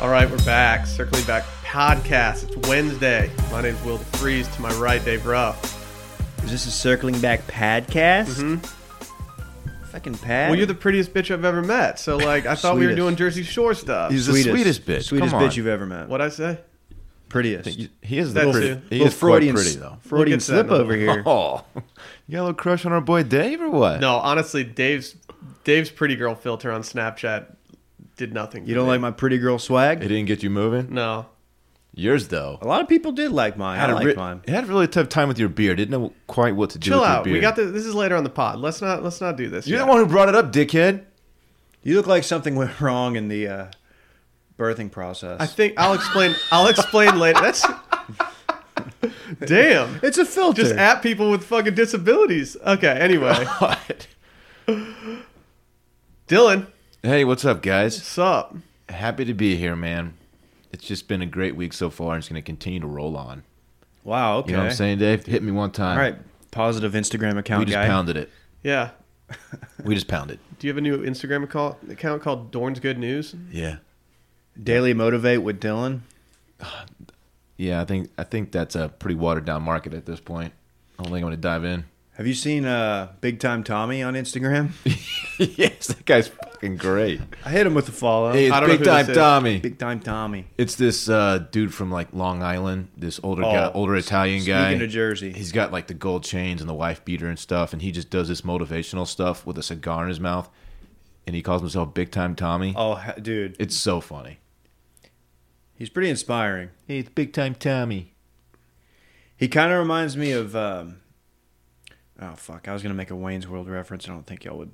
All right, we're back. Circling Back Podcast. It's Wednesday. My name's Will DeFreeze. To my right, Dave Ruff. Is this a circling back podcast? Fucking pad. Mm-hmm. Well, you're the prettiest bitch I've ever met. So, like, I thought we were Sweetest. doing Jersey Shore stuff. He's the sweetest, bitch. Sweetest Come on. bitch you've ever met. What'd I say? Prettiest. He is the That pretty. too. He Little is Freudian s- pretty though. Freudian Look at slip that. over here. Oh, you got a little crush on our boy Dave or what? No, honestly, Dave's Dave's pretty girl filter on Snapchat did nothing. You don't like my pretty girl swag? it didn't get you moving. No. Yours though. a lot of people did like mine. I a like re- mine. It had a really tough time with your beard. Didn't know quite what to do. Chill with Your out. beard. We got the, this. Is later on the pod. Let's not. Let's not do this. You're yet. the one who brought it up, dickhead. You look like something went wrong in the uh, birthing process. I think I'll explain. I'll explain later. That's damn. it's a filter. Just at people with fucking disabilities. Okay. Anyway, Dylan, hey, what's up, guys? what's up? Happy to be here, man. It's just been a great week so far, and it's going to continue to roll on. wow. Okay. You know what I'm saying, Dave? Hit me one time. All right. Positive Instagram account We just guy. pounded it. Yeah. We just pounded. Do you have a new Instagram account, account called Dorn's Good News? Yeah. Daily motivate with Dylan. Yeah, I think I think that's a pretty watered down market at this point. I don't think I'm going to dive in. Have you seen uh, Big Time Tommy on Instagram? yes, that guy's fucking great. I hit him with a follow. Hey, I it's don't know who big this time is. Tommy. Big Time Tommy. It's this uh, dude from like Long Island, this older Oh, guy, older Italian guy. Speaking of Jersey. He's got like the gold chains and the wife beater and stuff, and he just does this motivational stuff with a cigar in his mouth, and he calls himself Big Time Tommy. Oh, ha- dude, It's so funny. he's pretty inspiring. Hey, it's Big Time Tommy. He kind of reminds me of. Um, oh fuck! I was gonna make a Wayne's World reference. I don't think y'all would.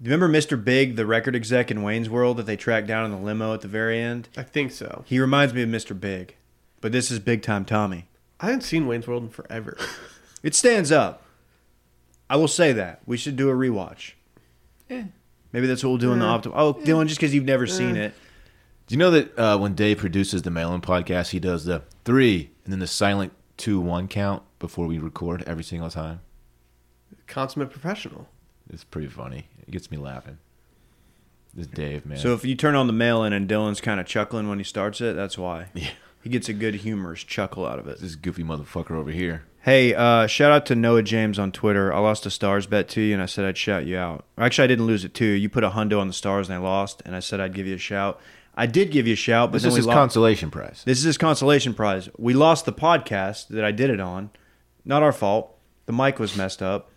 Remember Mr. Big, the record exec in Wayne's World that they tracked down in the limo at the very end? I think so. He reminds me of Mr. Big, but this is Big Time Tommy. I haven't seen Wayne's World in forever. It stands up. I will say that we should do a rewatch. Maybe that's what we'll do in the optimal. Oh, Dylan, just because you've never seen it, Do you know that uh, when Dave produces the Mail In podcast, he does the three and then the silent two one count before we record every single time? Consummate professional. It's pretty funny. It gets me laughing. This Dave man. so if you turn on the mail in and Dylan's kind of chuckling when he starts it, that's why. Yeah. He gets a good humorous chuckle out of it. this goofy motherfucker over here. Hey, uh, shout out to Noah James on Twitter. I lost a stars bet to you, and I said I'd shout you out. Or Actually, I didn't lose it too. You put a hundo on the stars, and I lost, and I said I'd give you a shout. I did give you a shout, but This then is we his lo- consolation prize. This is his consolation prize. We lost the podcast that I did it on. Not our fault. The mic was messed up.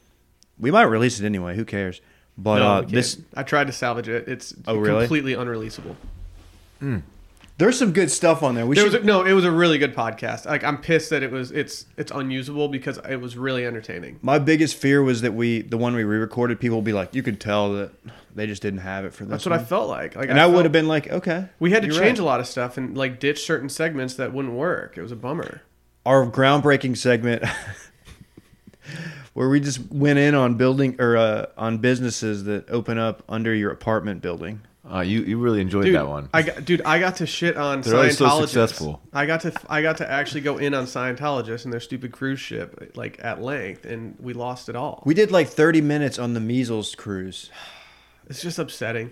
We might release it anyway. Who cares? But No, uh, we can't. this I tried to salvage it. It's Oh, really? completely unreleasable. there's some good stuff on there. We There should was a, no. It was a really good podcast. Like I'm pissed that it was. It's it's unusable because it was really entertaining. My biggest fear was that we, the one we re-recorded, people will be like, you could tell that they just didn't have it for this. That's what I one." felt like. Like And I felt- would have been like, okay, We had to you're change right. a lot of stuff and like ditch certain segments that wouldn't work. It was a bummer. our groundbreaking segment where we just went in on building or uh, on businesses that open up under your apartment building. Uh, you you really enjoyed Dude, that one. I got, dude, I got to shit on They're always so Scientologists. successful. I got to I got to actually go in on Scientologists and their stupid cruise ship like at length, and we lost it all. We did like 30 minutes on the measles cruise. It's just upsetting,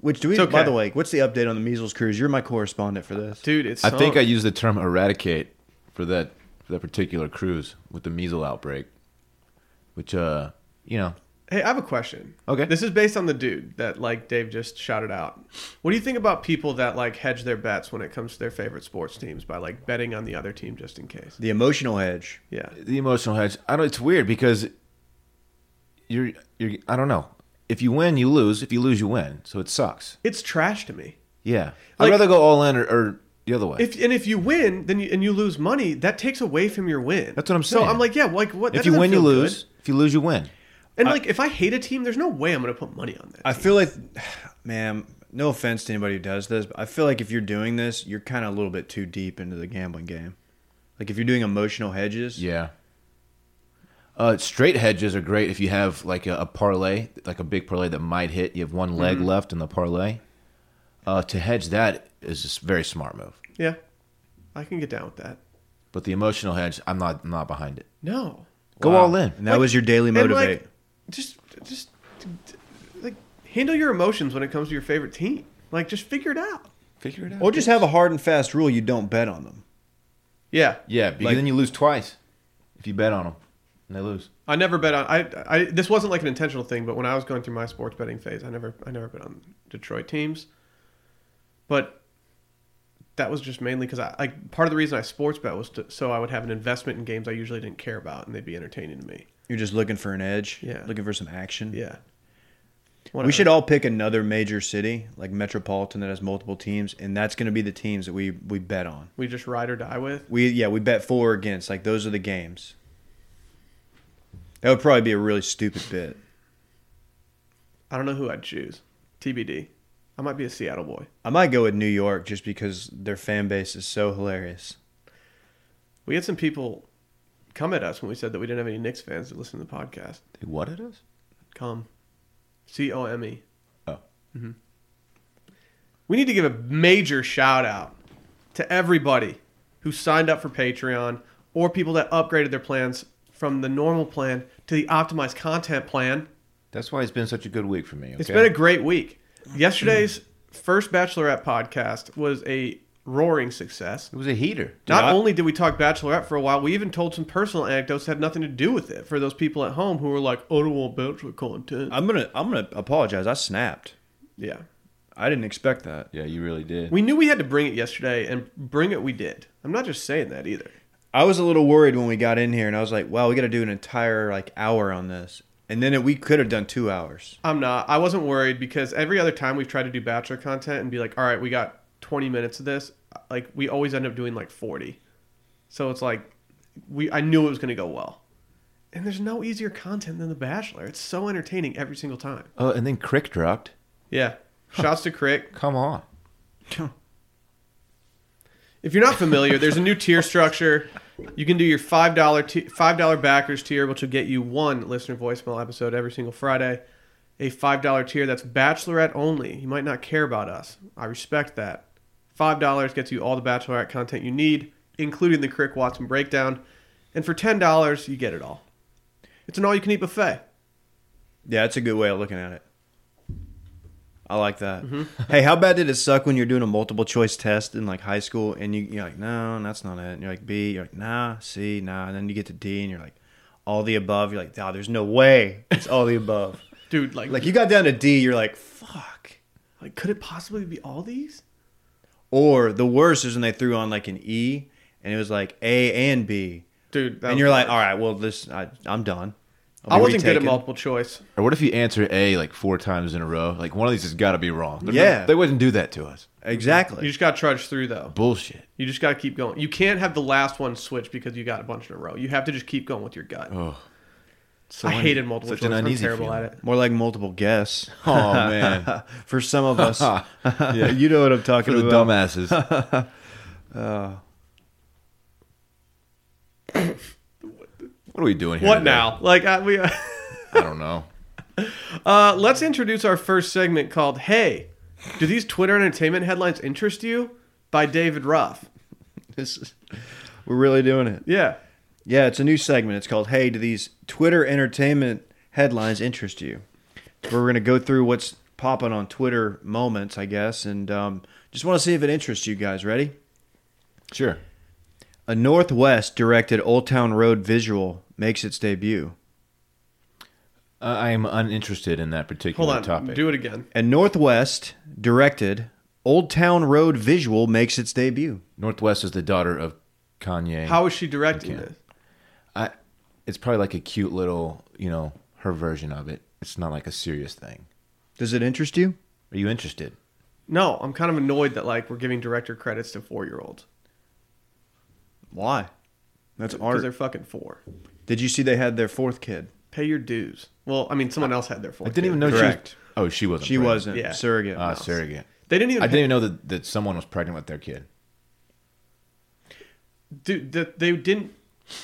Which do we? It's okay. By the way, what's the update on the measles cruise? You're my correspondent for this. dude. It's I think I used the term eradicate for that for that particular cruise with the measles outbreak, which uh you know Hey, I have a question. Okay. This is based on the dude that like Dave just shouted out. What do you think about people that like hedge their bets when it comes to their favorite sports teams by like betting on the other team just in case? The emotional hedge. Yeah. the emotional hedge. I don't. It's weird because you're you're I don't know. If you win, you lose. If you lose, you win. So it sucks. It's trash to me. Yeah, Like- I'd rather go all in or, or the other way. If and if you win, then you, and you lose money, that takes away from your win. That's what I'm So saying. I'm like, yeah, like what? that if you doesn't win, you feel good. lose. If you lose, you win. And like, if I hate a team, there's no way I'm going to put money on that. I feel like, man, no offense to anybody who does this, but I feel like if you're doing this, you're kind of a little bit too deep into the gambling game. Like if you're doing emotional hedges, Yeah. Uh, straight hedges are great if you have like a, a parlay, like a big parlay that might hit. You have one leg left in the parlay. Uh, to hedge that is just a very smart move. yeah, I can get down with that. But the emotional hedge, I'm not I'm not behind it. No, Go Wow. all in. And that was your daily and motivate. like, just just like handle your emotions when it comes to your favorite team. Like, just figure it out. Figure it out. Or just have a hard and fast rule you don't bet on them. Yeah, yeah, because like- then you lose twice if you bet on them and they lose. I never bet on. I, I this wasn't like an intentional thing, but when I was going through my sports betting phase, I never I never bet on Detroit teams. But that was just mainly because I like part of the reason I sports bet was to, so I would have an investment in games I usually didn't care about and they'd be entertaining to me. You're just looking for an edge. Yeah. Looking for some action. Yeah. We should all pick another major city, like metropolitan that has multiple teams, and that's going to be the teams that we we bet on. we just ride or die with. We yeah, we bet for or against. Like those are the games. That would probably be a really stupid bit. I don't know who I'd choose. TBD. I might be a Seattle boy. I might go with New York just because their fan base is so hilarious. We had some people come at us when we said that we didn't have any Knicks fans that listen to the podcast. They What it is? Come. C O M E. Oh. We need to give a major shout out to everybody who signed up for Patreon or people that upgraded their plans from the normal plan to the optimized content plan. That's why it's been such a good week for me. It's okay? been a great week. Yesterday's first Bachelorette podcast was a roaring success. it was a heater. Not I- only did we talk Bachelorette for a while, we even told some personal anecdotes that had nothing to do with it for those people at home who were like, "Oh, I don't want Bachelor content." I'm gonna I'm gonna apologize. I snapped. yeah, I didn't expect that. Yeah, you really did. we knew we had to bring it yesterday, and bring it we did. I'm not just saying that either. I was a little worried when we got in here, and I was like, "Wow, we got to do an entire like hour on this," and then it, we could have done two hours. I'm not. I wasn't worried because every other time we've tried to do Bachelor content and be like, "All right, we got 20 minutes of this," like we always end up doing like 40. So it's like, we I knew it was going to go well. And there's no easier content than The Bachelor. It's so entertaining every single time. Oh, and then Crick dropped. Yeah. Shouts to Crick. Come on. If you're not familiar, there's a new tier structure. You can do your five dollar five dollar backers tier, which will get you one listener voicemail episode every single Friday. A five dollar tier that's bachelorette only. You might not care about us. I respect that. Five dollars gets you all the bachelorette content you need, including the Crick Watson breakdown. And for ten dollars, you get it all. It's an all you can eat buffet. Yeah, that's a good way of looking at it. I like that. hey, how bad did it suck when you're doing a multiple choice test in like high school, and you, you're like, "No, that's not it." And you're like B, you're like, "Nah, C, nah," and then you get to D, and you're like, "All the above." You're like, "No, there's no way it's all the above." Dude, like, Like like, you got down to D, you're like, "Fuck." could it possibly be all these? Or the worst is when they threw on like an E, and it was like A and B. Dude, that and was you're like, hard. all right, well, this I, I'm done. I'll I be wasn't good at retaken." multiple choice. Or what if you answer A like four times in a row? Like one of these has got to be wrong. They're Yeah. not- they wouldn't do that to us. You Exactly. just got to trudge through though. Bullshit. You just got to keep going. You can't have the last one switch because you got a bunch in a row. You have to just keep going with your gut. Oh, I hated multiple such choice. an I'm uneasy terrible feeling. at it. More like multiple guess. Oh man, For some of us, you know what I'm for talking the about. dumbasses. Uh. What are we doing here? What today? now? Like I, we, uh, I don't know. uh, let's introduce our first segment called "Hey, do these Twitter entertainment headlines interest you?" by David Ruff. This is- we're really doing it. Yeah, Yeah, it's a new segment. It's called "Hey, do these Twitter entertainment headlines interest you?" We're gonna go through what's popping on Twitter moments, I guess, and um, just want to see if it interests you guys. Ready? Sure. A Northwest directed Old Town Road visual makes its debut. Uh, I am uninterested in that particular hold on. topic. Do it again. A Northwest directed Old Town Road visual makes its debut. Northwest is the daughter of Kanye. How is she directing Okay. this? I, it's probably like a cute little, you know, her version of it. It's not like a serious thing. Does it interest you? Are you interested? No, I'm kind of annoyed that like we're giving director credits to four year olds Why? That's because art. they're fucking four. Did you see they had their fourth kid? Pay your dues. Well, I mean, someone else had their four. I didn't even know Correct. she was. Oh, she wasn't. She pregnant. wasn't. Yeah. Surrogate. Ah, surrogate. They didn't I even. didn't even know that, that someone was pregnant with their kid. dude that they didn't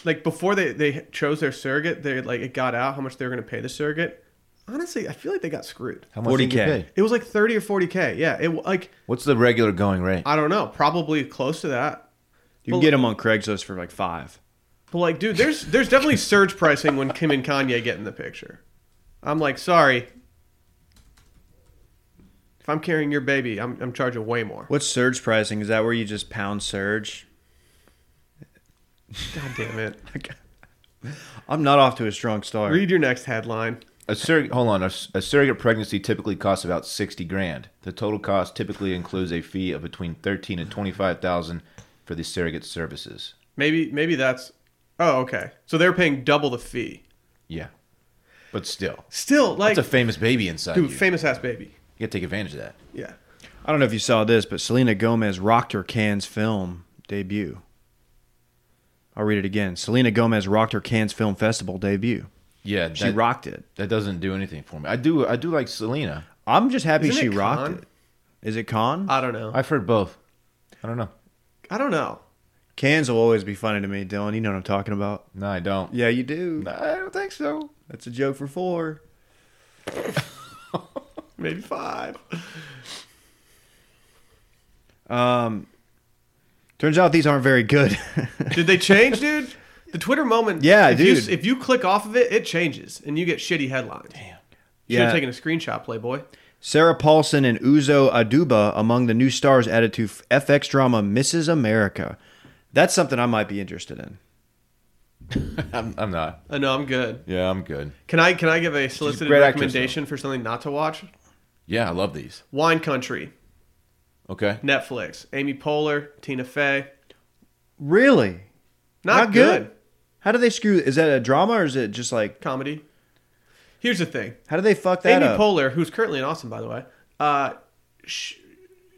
like before they they chose their surrogate they like it got out how much they were going to pay the surrogate honestly i feel like they got screwed How much did you 40K. pay? it was like 30 or 40k yeah it like What's the regular going rate? i don't know probably close to that You can get them on Craigslist for like five. but like dude there's there's definitely surge pricing when kim and kanye get in the picture i'm like sorry If I'm carrying your baby, I'm, I'm charging way more. What's surge pricing? Is that where you just pound surge? God damn it. I'm not off to a strong start. Read your next headline. A surrogate, hold on. A, s- a surrogate pregnancy typically costs about sixty grand. The total cost typically includes a fee of between thirteen and twenty five thousand for the surrogate services. Maybe maybe that's Oh, okay. So they're paying double the fee. Yeah, but still, Still like it's a famous baby inside dude, you. famous ass baby. you gotta take advantage of that. Yeah. I don't know if you saw this, but Selena Gomez rocked her Cannes film debut. I'll read it again. Selena Gomez rocked her Cannes Film Festival debut. Yeah, She that, rocked it. that doesn't do anything for me. I do, I do like Selena. I'm just happy Isn't she it rocked Cannes? it. Uh, Is it con? I don't know. I've heard both. I don't know. I don't know. Cannes will always be funny to me, Dylan. You know what I'm talking about. No, I don't. Yeah, you do. I don't think so. That's a joke for four. Maybe 5. Um, turns out these aren't very good. Did they change, dude? The Twitter moment. Yeah, if you- dude. if you click off of it, it changes and you get shitty headlines. Damn. Should have Yeah. taken a screenshot, Playboy. Sarah Paulson and Uzo Aduba among the new stars added to FX drama Mrs. America. That's something I might be interested in. I'm, I'm not. I know Uh, I'm good. Yeah, I'm good. Can I can I give a solicited great actress, recommendation for something not to watch? Yeah, I love these. Wine Country, Okay. Netflix. Amy Poehler, Tina Fey. Really? Not, good. How do they screw? Is that a drama or is it just like Comedy. Here's the thing. how do they fuck that Amy up? Poehler, who's currently in Austin, by the way, uh, sh-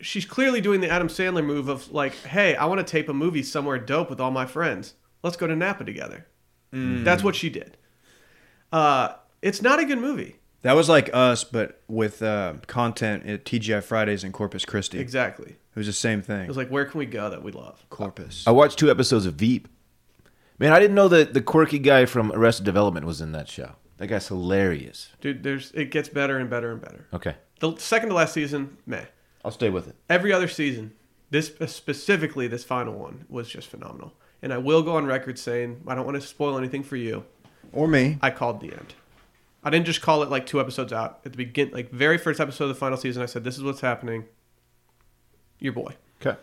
she's clearly doing the Adam Sandler move of like, hey, I want to tape a movie somewhere dope with all my friends. Let's go to Napa together. That's what she did. Uh, it's not a good movie. that was like us, but with uh, content at TGI Fridays in Corpus Christi. Exactly. It It was the same thing. was like, where can we go that we love? Corpus. I watched two episodes of Veep. Man, I didn't know that the quirky guy from Arrested Development was in that show. That guy's hilarious. Dude, there's it gets better and better and better. Okay. The second to last season, meh. I'll stay with it. Every other season, this uh, specifically this final one was just phenomenal. And I will go on record saying I don't want to spoil anything for you. or me. I called the end. I didn't just call it like two episodes out at the begin, like very first episode of the final season. I said, "This is what's happening." Your boy, Okay.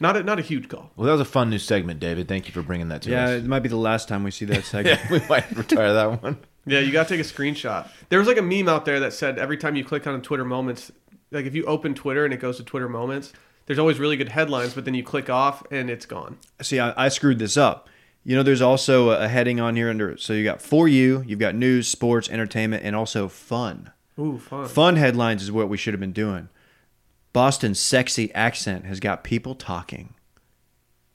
not a, not a huge call. Well, that was a fun new segment, David. Thank you for bringing that to Yeah, us. it might be the last time we see that segment. Yeah, we might retire that one. Yeah, you gotta take a screenshot. There was like a meme out there that said every time you click on Twitter Moments, like if you open Twitter and it goes to Twitter Moments, there's always really good headlines, but then you click off and it's gone. see, I, I screwed this up. You know, there's also a, a heading on here under it. So you got for you, you've got news, sports, entertainment, and also fun. Ooh, fun. Fun headlines is what we should have been doing. Boston's sexy accent has got people talking.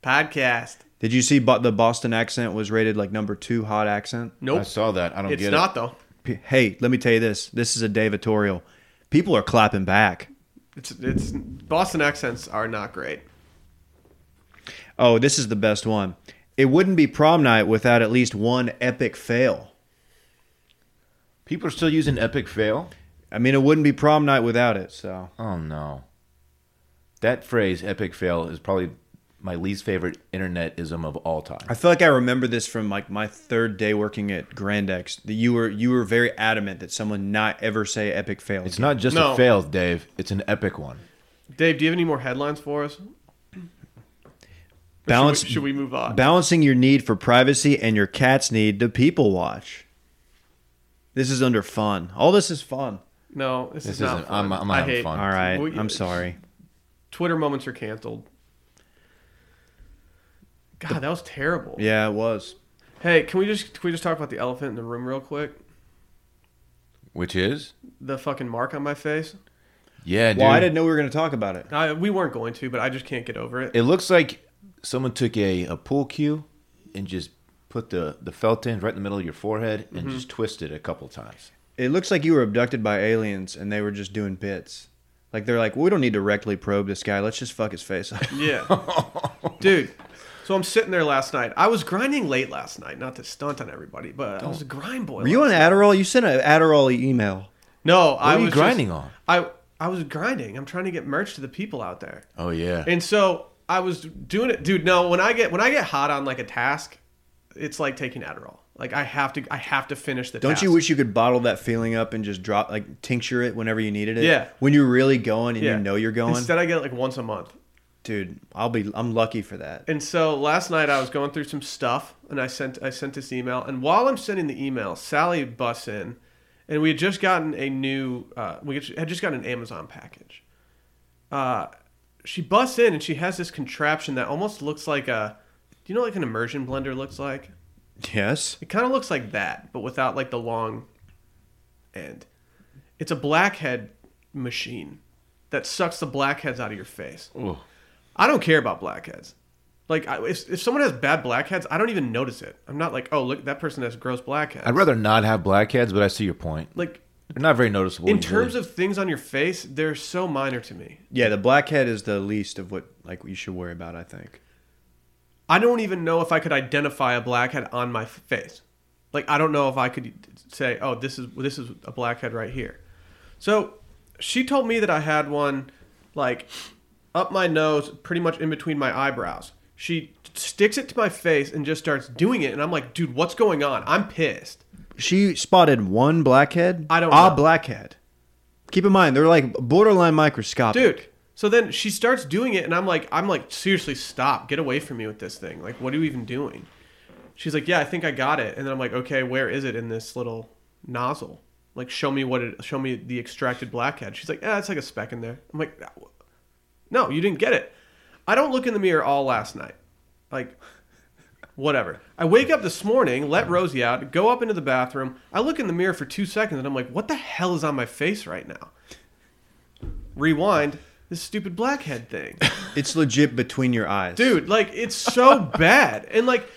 Podcast. Did you see bo- the Boston accent was rated like number two hot accent? Nope. I saw that. I don't it's get not though. P- Hey, let me tell you this. This is a Davitorial. People are clapping back. It's it's Boston accents are not great. Oh, this is the best one. It wouldn't be prom night without at least one epic fail. it. People are still using Epic Fail. I mean, it wouldn't be prom night without it. So Oh, no. That phrase, Epic Fail, is probably my least favorite internet ism of all time. I feel like I remember this from like my third day working at Grand X. That you were you were very adamant that someone not ever say epic fail. It's not just No. a fail, Dave. It's an epic one. Dave, do you have any more headlines for us? Or Balance- Should we, should we move on? Balancing your need for privacy and your cat's need to people watch. This is under fun. All this is fun. No, this, This is not. isn't- Fun. I'm- I'm I having hate, fun. All right. We- I'm sorry. Twitter moments are canceled. God, that was terrible. Yeah, it was. Hey, can we just can we just talk about the elephant in the room real quick? Which is? The fucking mark on my face. Yeah, dude. Well, I didn't know we were going to talk about it. I, we weren't going to, but I just can't get over it. It looks like someone took a, a pool cue and just put the, the felt end right in the middle of your forehead Mm-hmm. and just twisted it a couple times. It looks like you were abducted by aliens and they were just doing bits. Like they're like, we don't need to directly probe this guy. Let's just fuck his face up. Yeah, dude. So I'm sitting there last night. I was grinding late last night, not to stunt on everybody, but I was a grind boy. Were you on last night. Adderall? You sent an Adderall email. No, I were you was grinding just- on? I I was grinding. I'm trying to get merch to the people out there. Oh yeah. And so I was doing it, dude. No, when I get when I get hot on like a task, it's like taking Adderall. Like, Like I have to I have to finish the. Don't task. you wish you could bottle that feeling up and just drop like tincture it whenever you needed it? Yeah. When you're really going and Yeah. you know you're going, Instead, I get it like once a month. dude, I'll be I'm lucky for that. And so last night I was going through some stuff, and I sent I sent this email. And while I'm sending the email, Sally busts in, and we had just gotten a new uh, we had just gotten an Amazon package. Uh, she busts in, and she has this contraption that almost looks like a, do you know like an immersion blender looks like? Yes. It kind of looks like that, but without like the long end. It's a blackhead machine that sucks the blackheads out of your face. I don't care about blackheads. Like, I, if, if someone has bad blackheads, I don't even notice it. I'm not like, oh, look, that person has gross blackheads. I'd rather not have blackheads, but I see your point. Like, They're not very noticeable. in terms of things on your face, they're so minor to me. Yeah, the blackhead is the least of what like you should worry about. I think. I don't even know if I could identify a blackhead on my f- face. Like I don't know if I could say, "Oh, this is this is a blackhead right here." So, she told me that I had one like up my nose, pretty much in between my eyebrows. She sticks it to my face and just starts doing it, and I'm like, "Dude, what's going on?" I'm pissed. She spotted one blackhead. I don't A know. blackhead. Keep in mind, they're like borderline microscopic. Dude. So then she starts doing it and I'm like I'm like seriously stop. Get away from me with this thing. Like what are you even doing? She's like, "Yeah, I think I got it." And then I'm like, "Okay, where is it in this little nozzle? Like show me what it show me the extracted blackhead." She's like, "Yeah, it's like a speck in there." I'm like, "No, you didn't get it." I don't look in the mirror all last night. Like whatever. I wake up this morning, let Rosie out, go up into the bathroom. I look in the mirror for 2 seconds and I'm like, "What the hell is on my face right now?" rewind this stupid blackhead thing. It's legit between your eyes, Dude, like it's so bad. And like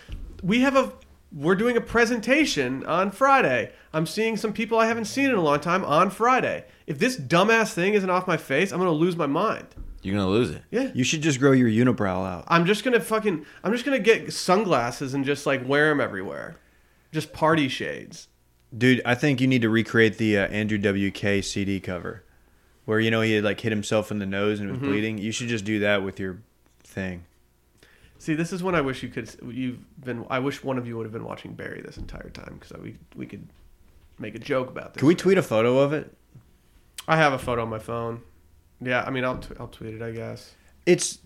we have a we're doing a presentation on Friday. I'm seeing some people I haven't seen in a long time on Friday. If this dumbass thing isn't off my face, I'm going to lose my mind. you're gonna lose it. Yeah. You should just grow your unibrow out. I'm just going to fucking I'm just going to get sunglasses and just like wear them everywhere. Just party shades. Dude, I think you need to recreate the uh, Andrew WK CD cover, where you know he had like hit himself in the nose and was Mm-hmm. bleeding. You should just do that with your thing. See, this is when I wish you could you've been I wish one of you would have been watching Barry this entire time cuz we we could make a joke about this. Can we tweet a photo of it? I have a photo on my phone. Yeah, I mean, I'll t- I'll tweet it, I guess. It's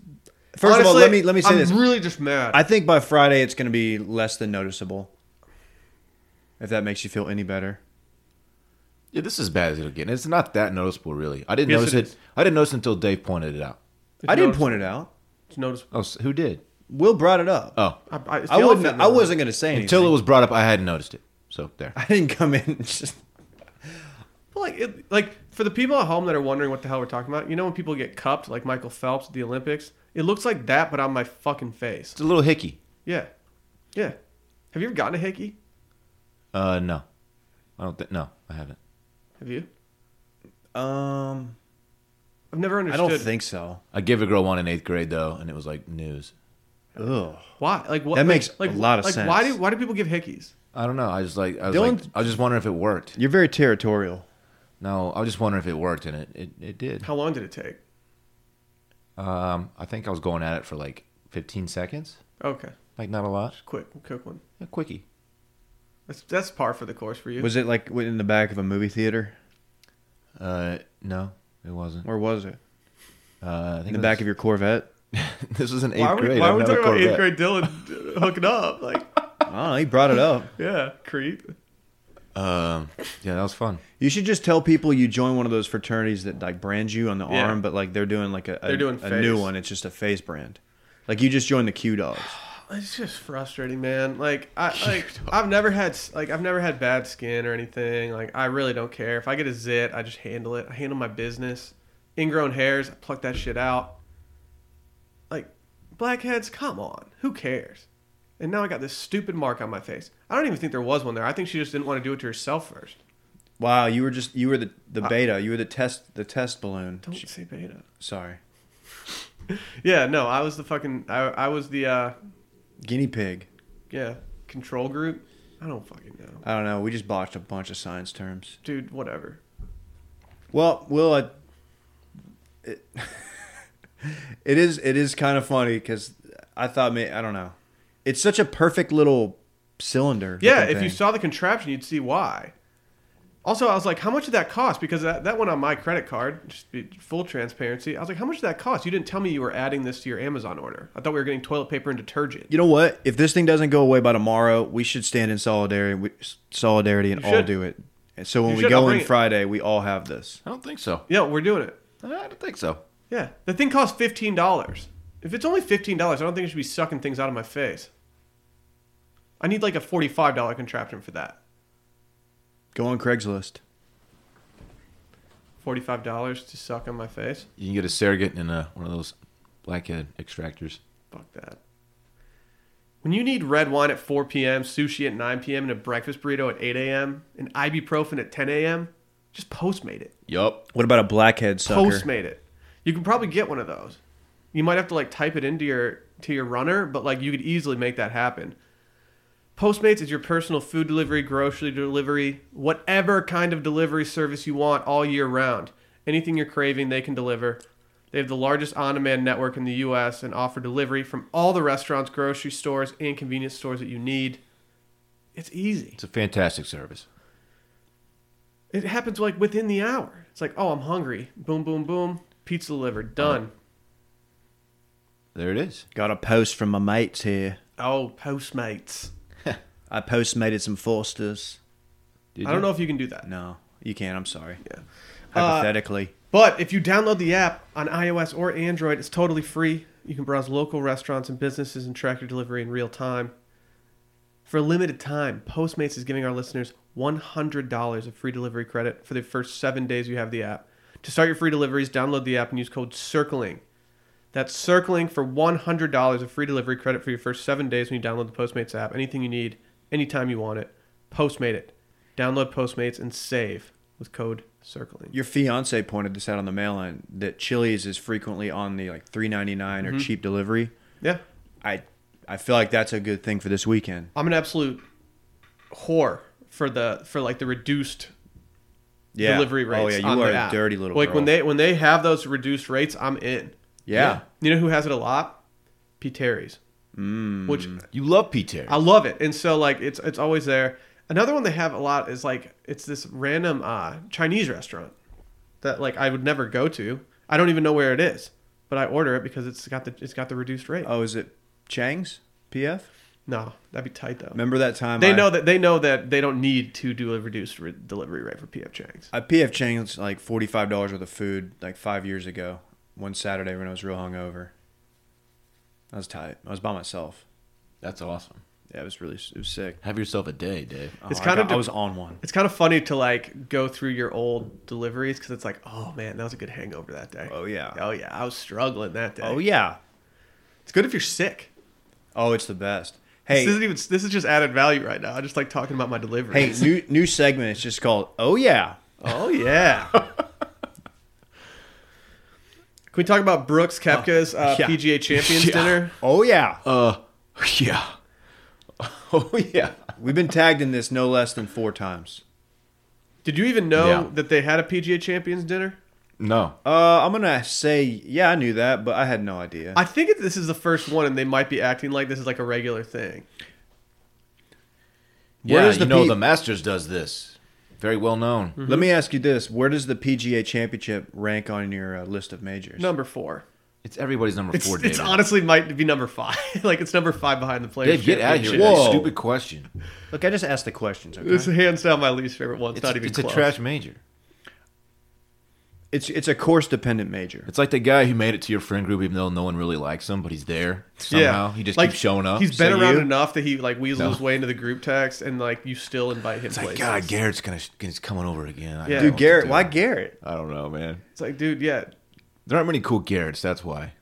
first of all, let me let me say I'm this. really just mad. I think by Friday it's going to be less than noticeable. If that makes you feel any better, Yeah, this is as bad as it'll get. And it's not that noticeable, really. I didn't Yes, notice it it. is. I didn't notice until Dave pointed it out. I didn't point it out. It's noticeable. Oh, s- who did? Will brought it up. Oh, I, I, it's the I wouldn't. elephant in I the room. wasn't going to say anything until it was brought up, I hadn't noticed it. So there. I didn't come in. and Just, But like, it, like for the people at home that are wondering what the hell we're talking about, you know when people get cupped, like Michael Phelps at the Olympics, it looks like that, but on my fucking face. It's a little hickey. Yeah, yeah. Have you ever gotten a hickey? Uh, no, I don't think. No, I haven't. Have you? um, I've never I understood. don't think so. I gave a girl one in eighth grade though, and it was like news. Ugh. why. Like what? That like- makes like, a lot of like, sense. Why do why do people give hickeys? I don't know. I just like I was The like, only- I was just wondering if it worked. You're very territorial. No, I was just wondering if it worked, and it it, it did. How long did it take? Um, I think I was going at it for like 15 seconds, Okay, like not a lot. quick, quick one. A quickie. That's that's par for the course for you. Was it like in the back of a movie theater? Uh, no, it wasn't. Where was it? Uh, I think In the back of your Corvette? your. this was an eighth why are we, grade. why I are we don't have talking a about eighth Corvette. grade Dylan hooking up? Like, I don't know. He brought it up. yeah, creep. Um, yeah, that was fun. You should just tell people you join one of those fraternities that like brand you on the Yeah. arm, but like they're doing like a, a, They're doing a new face. one. It's just a face brand. Like you just joined the Q Dogs. It's just frustrating, man. Like I like I've never had like I've never had bad skin or anything. Like I really don't care if I get a zit, I just handle it. I handle my business. Ingrown hairs, I pluck that shit out. Like blackheads, come on, who cares? And now I got this stupid mark on my face. I don't even think there was one there. I think she just didn't want to do it to herself first. Wow, you were just you were the, the beta. You were the test the test balloon. Don't Sh- say beta. Sorry, Yeah, no, I was the fucking I I was the uh guinea pig. yeah control group. I don't fucking know, I don't know. We just botched a bunch of science terms. dude. Whatever. Well, Will, I, it, it is it is kind of funny because I thought, may I don't know, it's such a perfect little cylinder. Yeah, looking if you thing. saw the contraption, you'd see why. Also, I was like, how much did that cost? Because that, that went on my credit card, just to be full transparency. I was like, how much did that cost? You didn't tell me you were adding this to your Amazon order. I thought we were getting toilet paper and detergent. You know what? If this thing doesn't go away by tomorrow, we should stand in solidarity. We, solidarity and You all should. do it. And so when You we should. I'll go bring in it. Friday, we all have this. I don't think so. Yeah, we're doing it. I don't think so. Yeah. The thing costs $15. If it's only $15, I don't think it should be sucking things out of my face. I need like a $45 contraption for that. Go on Craigslist. $45 to suck on my face? You can get a surrogate in uh one of those blackhead extractors. Fuck that. When you need red wine at 4 p.m., sushi at 9 p.m., and a breakfast burrito at 8 a.m., and ibuprofen at 10 a.m., just Postmate it. Yup. What about a blackhead sucker? Postmate it. You can probably get one of those. You might have to like type it into your to your runner, but like you could easily make that happen. Postmates is your personal food delivery, grocery delivery, whatever kind of delivery service you want all year round. Anything you're craving, they can deliver. They have the largest on demand network in the US and offer delivery from all the restaurants, grocery stores, and convenience stores that you need. It's easy. It's a fantastic service. It happens like within the hour. It's like, oh, I'm hungry. Boom, boom, boom. Pizza delivered. Done. There it is. Got a post from my mates here. Oh, Postmates. I postmated some Forsters. Did I don't know if you can do that. No, you can't. I'm sorry. Yeah. Uh, Hypothetically. But if you download the app on iOS or Android, it's totally free. You can browse local restaurants and businesses and track your delivery in real time. For a limited time, Postmates is giving our listeners $100 of free delivery credit for the first seven days you have the app. To start your free deliveries, download the app and use code CIRCLING. That's circling for $100 of free delivery credit for your first seven days when you download the Postmates app. Anything you need, anytime you want it, Postmate it. Download Postmates and save with code CIRCLING. Your fiance pointed this out on the mail line that Chili's is frequently on the like 3.99 Mm-hmm. or cheap delivery. Yeah. I I feel like that's a good thing for this weekend. I'm an absolute whore for the for like the reduced Yeah. delivery rates. Oh yeah, you on are the a app. dirty little like girl. when they when they have those reduced rates, I'm in. Yeah. You know who has it a lot? P. Terry's, Mm. which You love P. Terry. I love it, and so like it's it's always there. Another one they have a lot is like it's this random uh, Chinese restaurant that like I would never go to. I don't even know where it is, but I order it because it's got the it's got the reduced rate. Oh, is it Chang's PF? No, that'd be tight though. Remember that time They I, know that they know that they don't need to do a reduced re- delivery rate for PF Chang's. I PF Chang's like forty five dollars worth of food like five years ago. One Saturday when I was real hungover. I was tight. I was by myself. That's awesome. Yeah, it was really it was sick. Have yourself a day, Dave. Oh, It's I kind of got- de- I was on one. It's kind of funny to like go through your old deliveries because it's like, oh man, that was a good hangover that day. Oh, yeah. Oh yeah, I was struggling that day. Oh yeah. It's good if you're sick. Oh, it's the best. Hey, this Hey, isn't even. This is just added value right now. I just like talking about my hey, deliveries. new new segment. It's just called Oh yeah. oh yeah. Can we talk about Brooks Kepka's uh, Oh, yeah. PGA Champions Yeah. dinner? Oh yeah. Uh, yeah. Oh yeah. We've been tagged in this no less than four times. Did you even know Yeah. that they had a PGA Champions dinner? No. Uh, I'm gonna say yeah, I knew that, but I had no idea. I think this is the first one, and they might be acting like this is like a regular thing. Yeah, does you the know P- the Masters does this. Very well known. Mm-hmm. Let me ask you this: Where does the PGA Championship rank on your uh, list of majors? Number four. It's everybody's number It's, four. it's David. honestly might be number five. like it's number five behind the players. Dave, get out of here. with that Whoa. Stupid question. Look, I just asked the questions. Okay? It's hands down my least favorite one. It's, It's, not even it's a close. trash major. It's it's a course dependent major. It's like the guy who made it to your friend group, even though no one really likes him, but he's there somehow. He just Like, keeps showing up. He's been So around you- enough that he like weasels No. his way into the group text, and like you still invite him. It's like places. God, Garrett's gonna he's coming over again. I Yeah. don't Dude, know what to Garrett, do. why Garrett? I don't know, man. It's like, dude, yeah. There aren't many cool Garretts. That's why.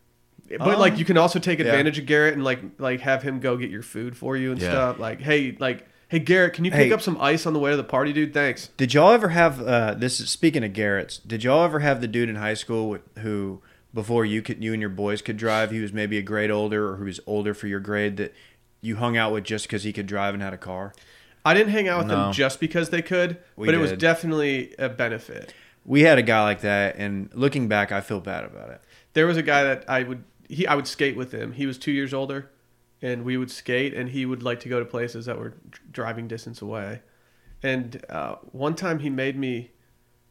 But like, you can also take advantage of Garrett and like like have him go get your food for you and Yeah. stuff. Like, hey, like, hey, Garrett, can you pick Hey. up some ice on the way to the party, dude? Thanks. Did y'all ever have uh, this? Is, speaking of Garrett's, did y'all ever have the dude in high school with, who before you could you and your boys could drive? He was maybe a grade older, or who was older for your grade that you hung out with just because he could drive and had a car. I didn't hang out with No. them just because they could, We but it was did. definitely a benefit. We had a guy like that, and looking back, I feel bad about it. There was a guy that I would he I would skate with him. He was two years older, and we would skate, and he would like to go to places that were dr- driving distance away. And uh, one time he made me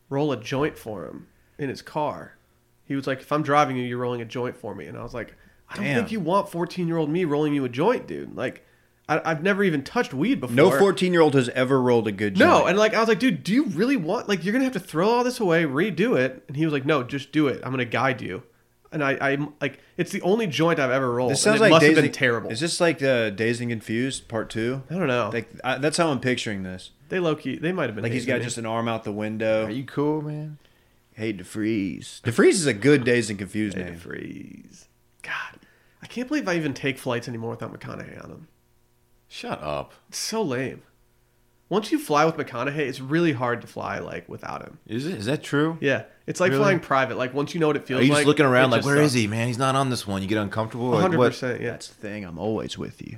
roll a joint for him in his car. He was like, "If I'm driving you, you're rolling a joint for me," and I was like, "I don't Damn. think you want 14 year old me rolling you a joint, dude. Like, I, I've never even touched weed before. No 14 year old has ever rolled a good joint. No, and like I was like, dude, do you really want like you're gonna have to throw all this away, redo it? And he was like, no, just do it. I'm gonna guide you. And I, I like it's the only joint I've ever rolled. this sounds and it like must Dazed have been and- terrible. Is this like uh, Dazed and Confused Part Two? I don't know. They, Like I, that's how I'm picturing this. low key they might have been Like he's hazing got me. just an arm out the window. Are you cool, man? hey, DeFreeze. DeFreeze is a good Dazed and Confused Hey, name. freeze. God, I can't believe I even take flights anymore without McConaughey on them. Shut up. It's so lame. Once you fly with McConaughey, it's really hard to fly like without him. Is it? Is that true? Yeah, it's like Really? flying private. Like once you know what it feels Are you like, just looking around it like, just where is sucks. he, man? He's not on this one. You get uncomfortable. Like, 100. what? percent Yeah, That's the thing. I'm always with you.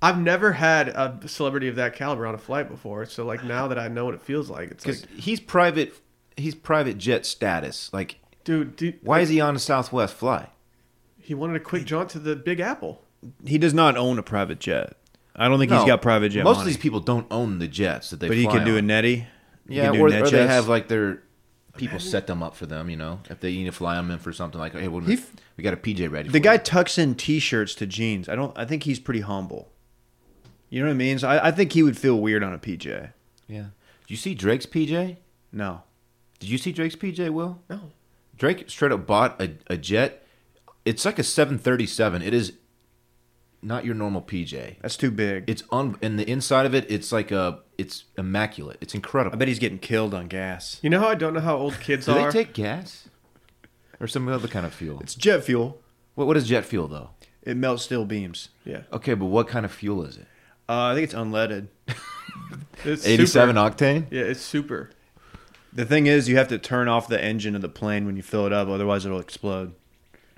I've never had a celebrity of that caliber on a flight before, so like now that I know what it feels like, it's Because like, he's private. He's private jet status. Like, dude, dude why is he on a Southwest fly? he wanted a quick jaunt to the Big Apple. He does not own a private jet. I don't think he's No, got private jet. Most money. of these people don't own the jets that they. but he fly can do on. a netty. He Yeah, can do or, net or they jets. have like their people set them up for them. You know, if they need to fly them in for something, like, hey, we're, He f- we got a PJ ready. the for guy you." tucks in t-shirts to jeans. I don't. I think he's pretty humble. You know what I mean? So I, I think he would feel weird on a PJ. Yeah. Did you see Drake's PJ? No, Did you see Drake's PJ? Will No, Drake straight up bought a, a jet. It's like a 737. It is not your normal PJ. that's too big. It's un and the inside of it, it's like a it's immaculate. It's I incredible. bet he's getting killed on gas. you know how I don't know how old kids Do they are. take gas or some other kind of fuel? It's jet fuel. What what is jet fuel though? It melts steel beams. yeah, Okay, but what kind of fuel is it? Uh, I think it's unleaded. it's super. 87 octane. Yeah, it's super. The thing is, you have to turn off the engine of the plane when you fill it up, otherwise it'll explode.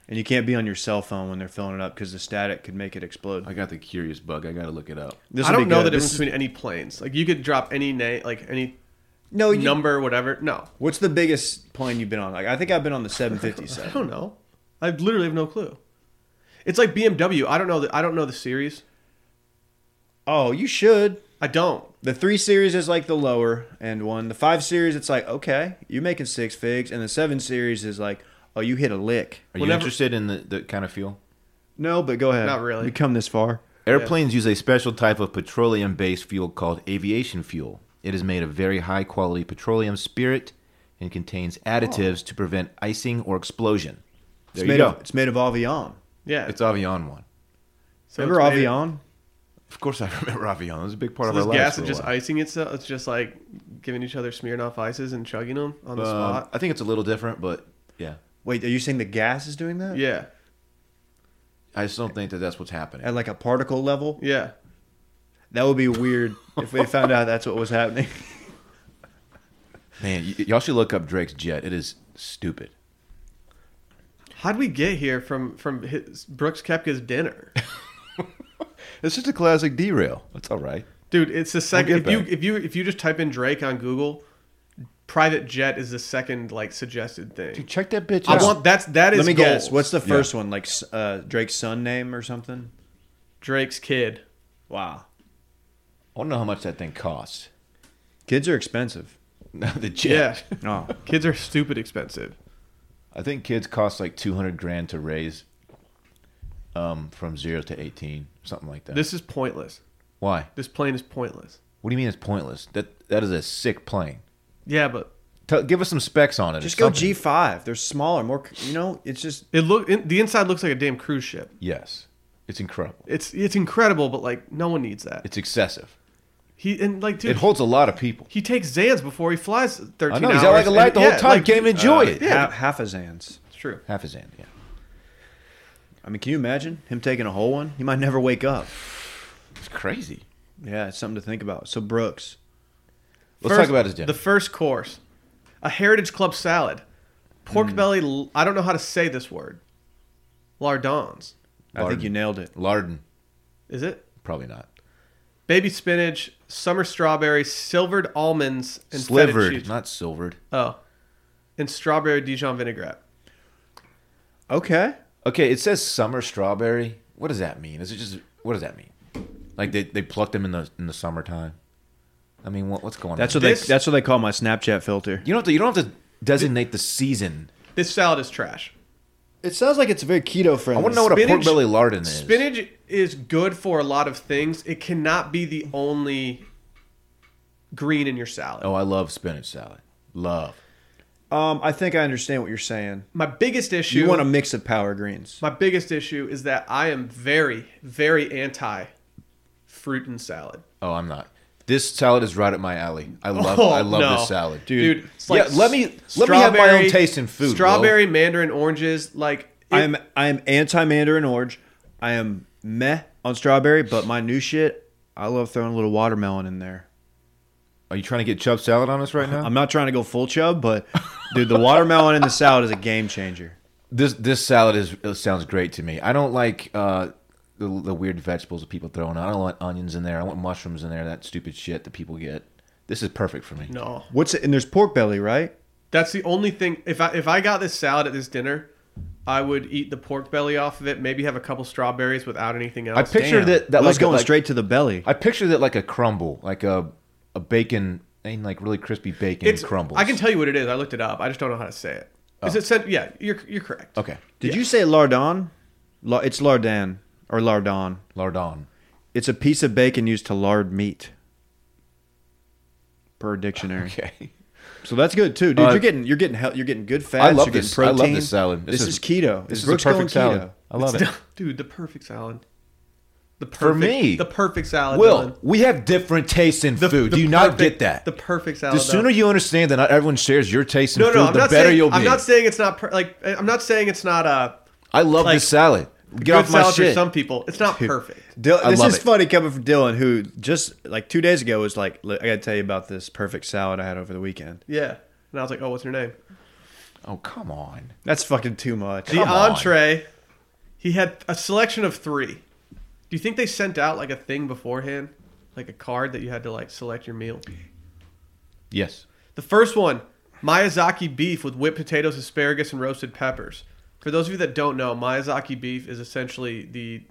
And you can't be on your cell phone when they're filling it up because the static could make it explode. I got the curious bug. I got to look it up. This I would don't be know good. the This difference is- between any planes. Like you could drop any name, like any no. Oh, You, number, whatever. No, What's the biggest plane you've been on? Like I think I've been on the I 757. don't know. I literally have no clue. It's like BMW. I don't know. The, I don't know the series. oh, you should. I don't. The three series is like the lower end one. The five series, it's like okay, you're making six figs, and the seven series is like, oh, you hit a lick. Are you Whenever- interested in the, the kind of fuel? No, but go ahead. Not really. We come this far. Airplanes use a special type of petroleum based fuel called aviation fuel. It is made of very high quality petroleum spirit and contains additives to prevent icing or explosion. it's There you made go. Of, it's made of Avion. Yeah, it's Avion one. so Remember it's made- Avion? Of course, I remember Avion. It was a big part So of this our gas is lives. for a just while. icing itself. It's just like giving each other smearing off ices and chugging them on the Um, spot. I think it's a little different, but yeah, Wait, are you saying the gas is doing that? Yeah, I just don't think that that's what's happening. At like a particle level? yeah. That would be weird if we found out that's what was happening. Man, y- y'all should look up Drake's jet. It is stupid. How'd we get here from from his, Brooks Kepka's dinner, It's just a classic derail. That's all right. dude? It's the second. get If you back. if you if you just type in Drake on Google, private jet is the second like suggested thing. Dude, check that bitch I out. want that's that is. Let me goals. guess. What's the first one? Like s- uh, Drake's son name or something? Drake's kid? Wow. I want to know how much that thing costs. Kids are expensive. the jet. Yeah, Oh. kids are stupid expensive. I think kids cost like 200 grand to raise um, from zero to 18, something like that. This is pointless. Why? This plane is pointless. What do you mean it's pointless? That That is a sick plane. Yeah, but Tell, give us some specs on it. or Just go something. G5. They're smaller, more, c- you know, it's just it look in, the inside looks like a damn cruise ship. Yes. It's incredible. It's it's incredible, but like no one needs that. It's excessive. He and like dude, it holds a lot of people. he takes Zans before he flies thirteen. I know. He's hours, out like a light and- the whole yeah, time. like, Can't even enjoy uh, it. Yeah. ha- half a Zans. It's true. Half his hand, yeah. I mean, can you imagine him taking a whole one? He might never wake up. It's crazy. Yeah, it's something to think about. So Brooks, Let's First- talk about his dinner. The first course, a Heritage Club salad, pork Mm. belly. l- I don't know how to say this word. Lardons, I think Larden. you nailed it. Larden. is it? Probably not. Baby spinach, summer strawberries, silvered almonds, and feta Slivered, cheese. not silvered. Oh, and strawberry Dijon vinaigrette. Okay. Okay, it says summer strawberry. What does that mean? Is it just what does that mean? Like they, they plucked him in the in the summertime. I mean, what, what's going That's on? what This- they that's what they call my Snapchat filter. you don't have to, you don't have to designate the season. This salad is trash. It sounds like it's very keto I friendly. want to know what a pork Spinach- belly lardin is. Spinach is good for a lot of things. It cannot be the only green in your salad. Oh, I love spinach salad. Love. Um, I think I understand what you're saying. My biggest issue You want a mix of power greens. my biggest issue is that I am very very anti fruit and salad. Oh, I'm not. This salad is right up my alley. I love Oh, I love no. this salad. Dude, it's like yeah, let me let me have my strawberry- own taste in food. Strawberry, mandarin, oranges, like it- I am I am anti mandarin orange. I am meh on strawberry, but my new shit, I love throwing a little watermelon in there. Will. Are you trying to get chub salad on us right now? I'm not trying to go full chub, but dude, the watermelon in the salad is a game changer. this this salad is it sounds great to me. I don't like uh, the the weird vegetables that people throw in. I don't want onions in there. I want mushrooms in there. That stupid shit that people get. This is perfect for me. no. What's it? And there's pork belly, right? That's the only thing. If I if I got this salad at this dinner, I would eat the pork belly off of it. Maybe have a couple strawberries without anything else. I picture Damn. that that Well, it's like going like- straight to the belly. I picture that like a crumble, like a a bacon, and like really crispy bacon it's crumbles. Oh. I can tell you what it is. I looked it up. I just don't know how to say it. Is it said? Yeah, you're you're correct. okay, Did you say lardon? La- It's lardin or lardon. lardon. It's a piece of bacon used to lard meat. Per dictionary, Okay, so that's good too, dude. Uh, you're getting you're getting hel- you're getting good fats. I love you're getting this. I love protein. this salad. This, is, This is- keto. this is the Brooks going perfect salad. keto. I love it. It's- dude. The perfect salad. The perfect, For me. the perfect salad. Will, Dylan. we have different tastes in The- food. the Do you not perfect- get that? The perfect salad. The sooner you understand that not everyone shares your taste in no, food, no, I'm the not better saying, you'll be. I'm not saying it's not per, like I'm not saying it's not a I love like, this salad. Get good off my salad shit. for some people. It's not perfect. Dil- I this love is it. funny coming from Dylan, who just like two days ago was like, "Look, I got to tell you about this perfect salad I had over the weekend." Yeah. And I was like, oh, what's her name? oh come on. That's fucking too much. The Come on. entree, he had a selection of three. Do you think they sent out like a thing beforehand, like a card that you had to like select your meal? Yes. The first one, Miyazaki beef with whipped potatoes, asparagus, and roasted peppers. For those of you that don't know, Miyazaki beef is essentially the,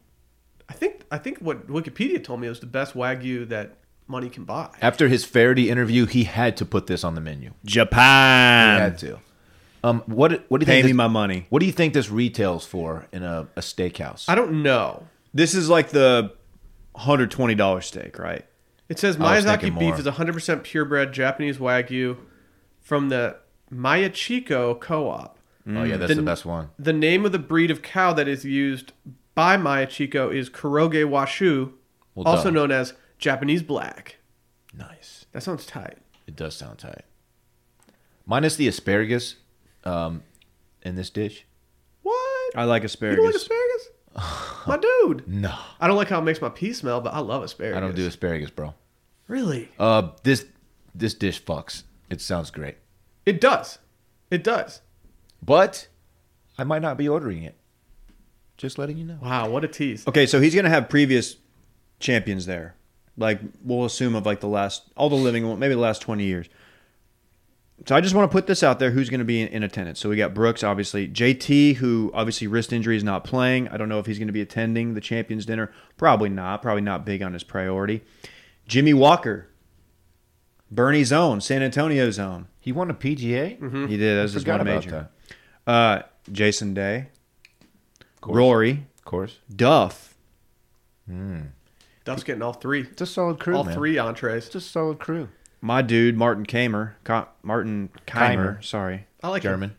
I think I think what Wikipedia told me it was the best wagyu that money can buy. After his Faraday interview, he had to put this on the menu. He Japan. had to. Um, what what do you Pay think? me this- my money. What do you think this retails for in a, a steakhouse? I don't know. This is like the hundred twenty dollar steak, right? It says I was Miyazaki thinking beef more. is 100% purebred Japanese wagyu from the Miyachiko Co-op. oh yeah, that's the, Then- best one. The name of the breed of cow that is used by Miyachiko is Kuroge Washu, Well, also duh. known as Japanese black. Nice. That sounds tight. It does sound tight. Minus the asparagus, um, in this dish. What? I like You don't like asparagus. asparagus? my dude. No, I don't like how it makes my pee smell, but I love asparagus. I don't do asparagus, bro. Really? Uh, this this dish fucks. It sounds great, It does. It does. but I might not be ordering it. Just letting you know. Wow, what a tease. okay, so he's gonna have previous champions there, like we'll assume of like the last all the living, one- maybe the last twenty years. So I just want to put this out there: who's going to be in, in attendance? So we got Brooks, obviously, JT, who obviously wrist injury is not playing. I don't know if he's going to be attending the Champions Dinner. Probably not. Probably not big on his priority. Jimmy Walker, Bernie's own, San Antonio's own. He won a PGA. Mm-hmm. He did. That was his Forgot one about major. that. Uh, Jason Day, course. Rory, Of course, Duff, Duff's getting all three. it's a solid crew. all man. three entrees. It's a solid crew. my dude Martin Kamer, Co- Martin Keimer, Keimer. sorry, I like him. German.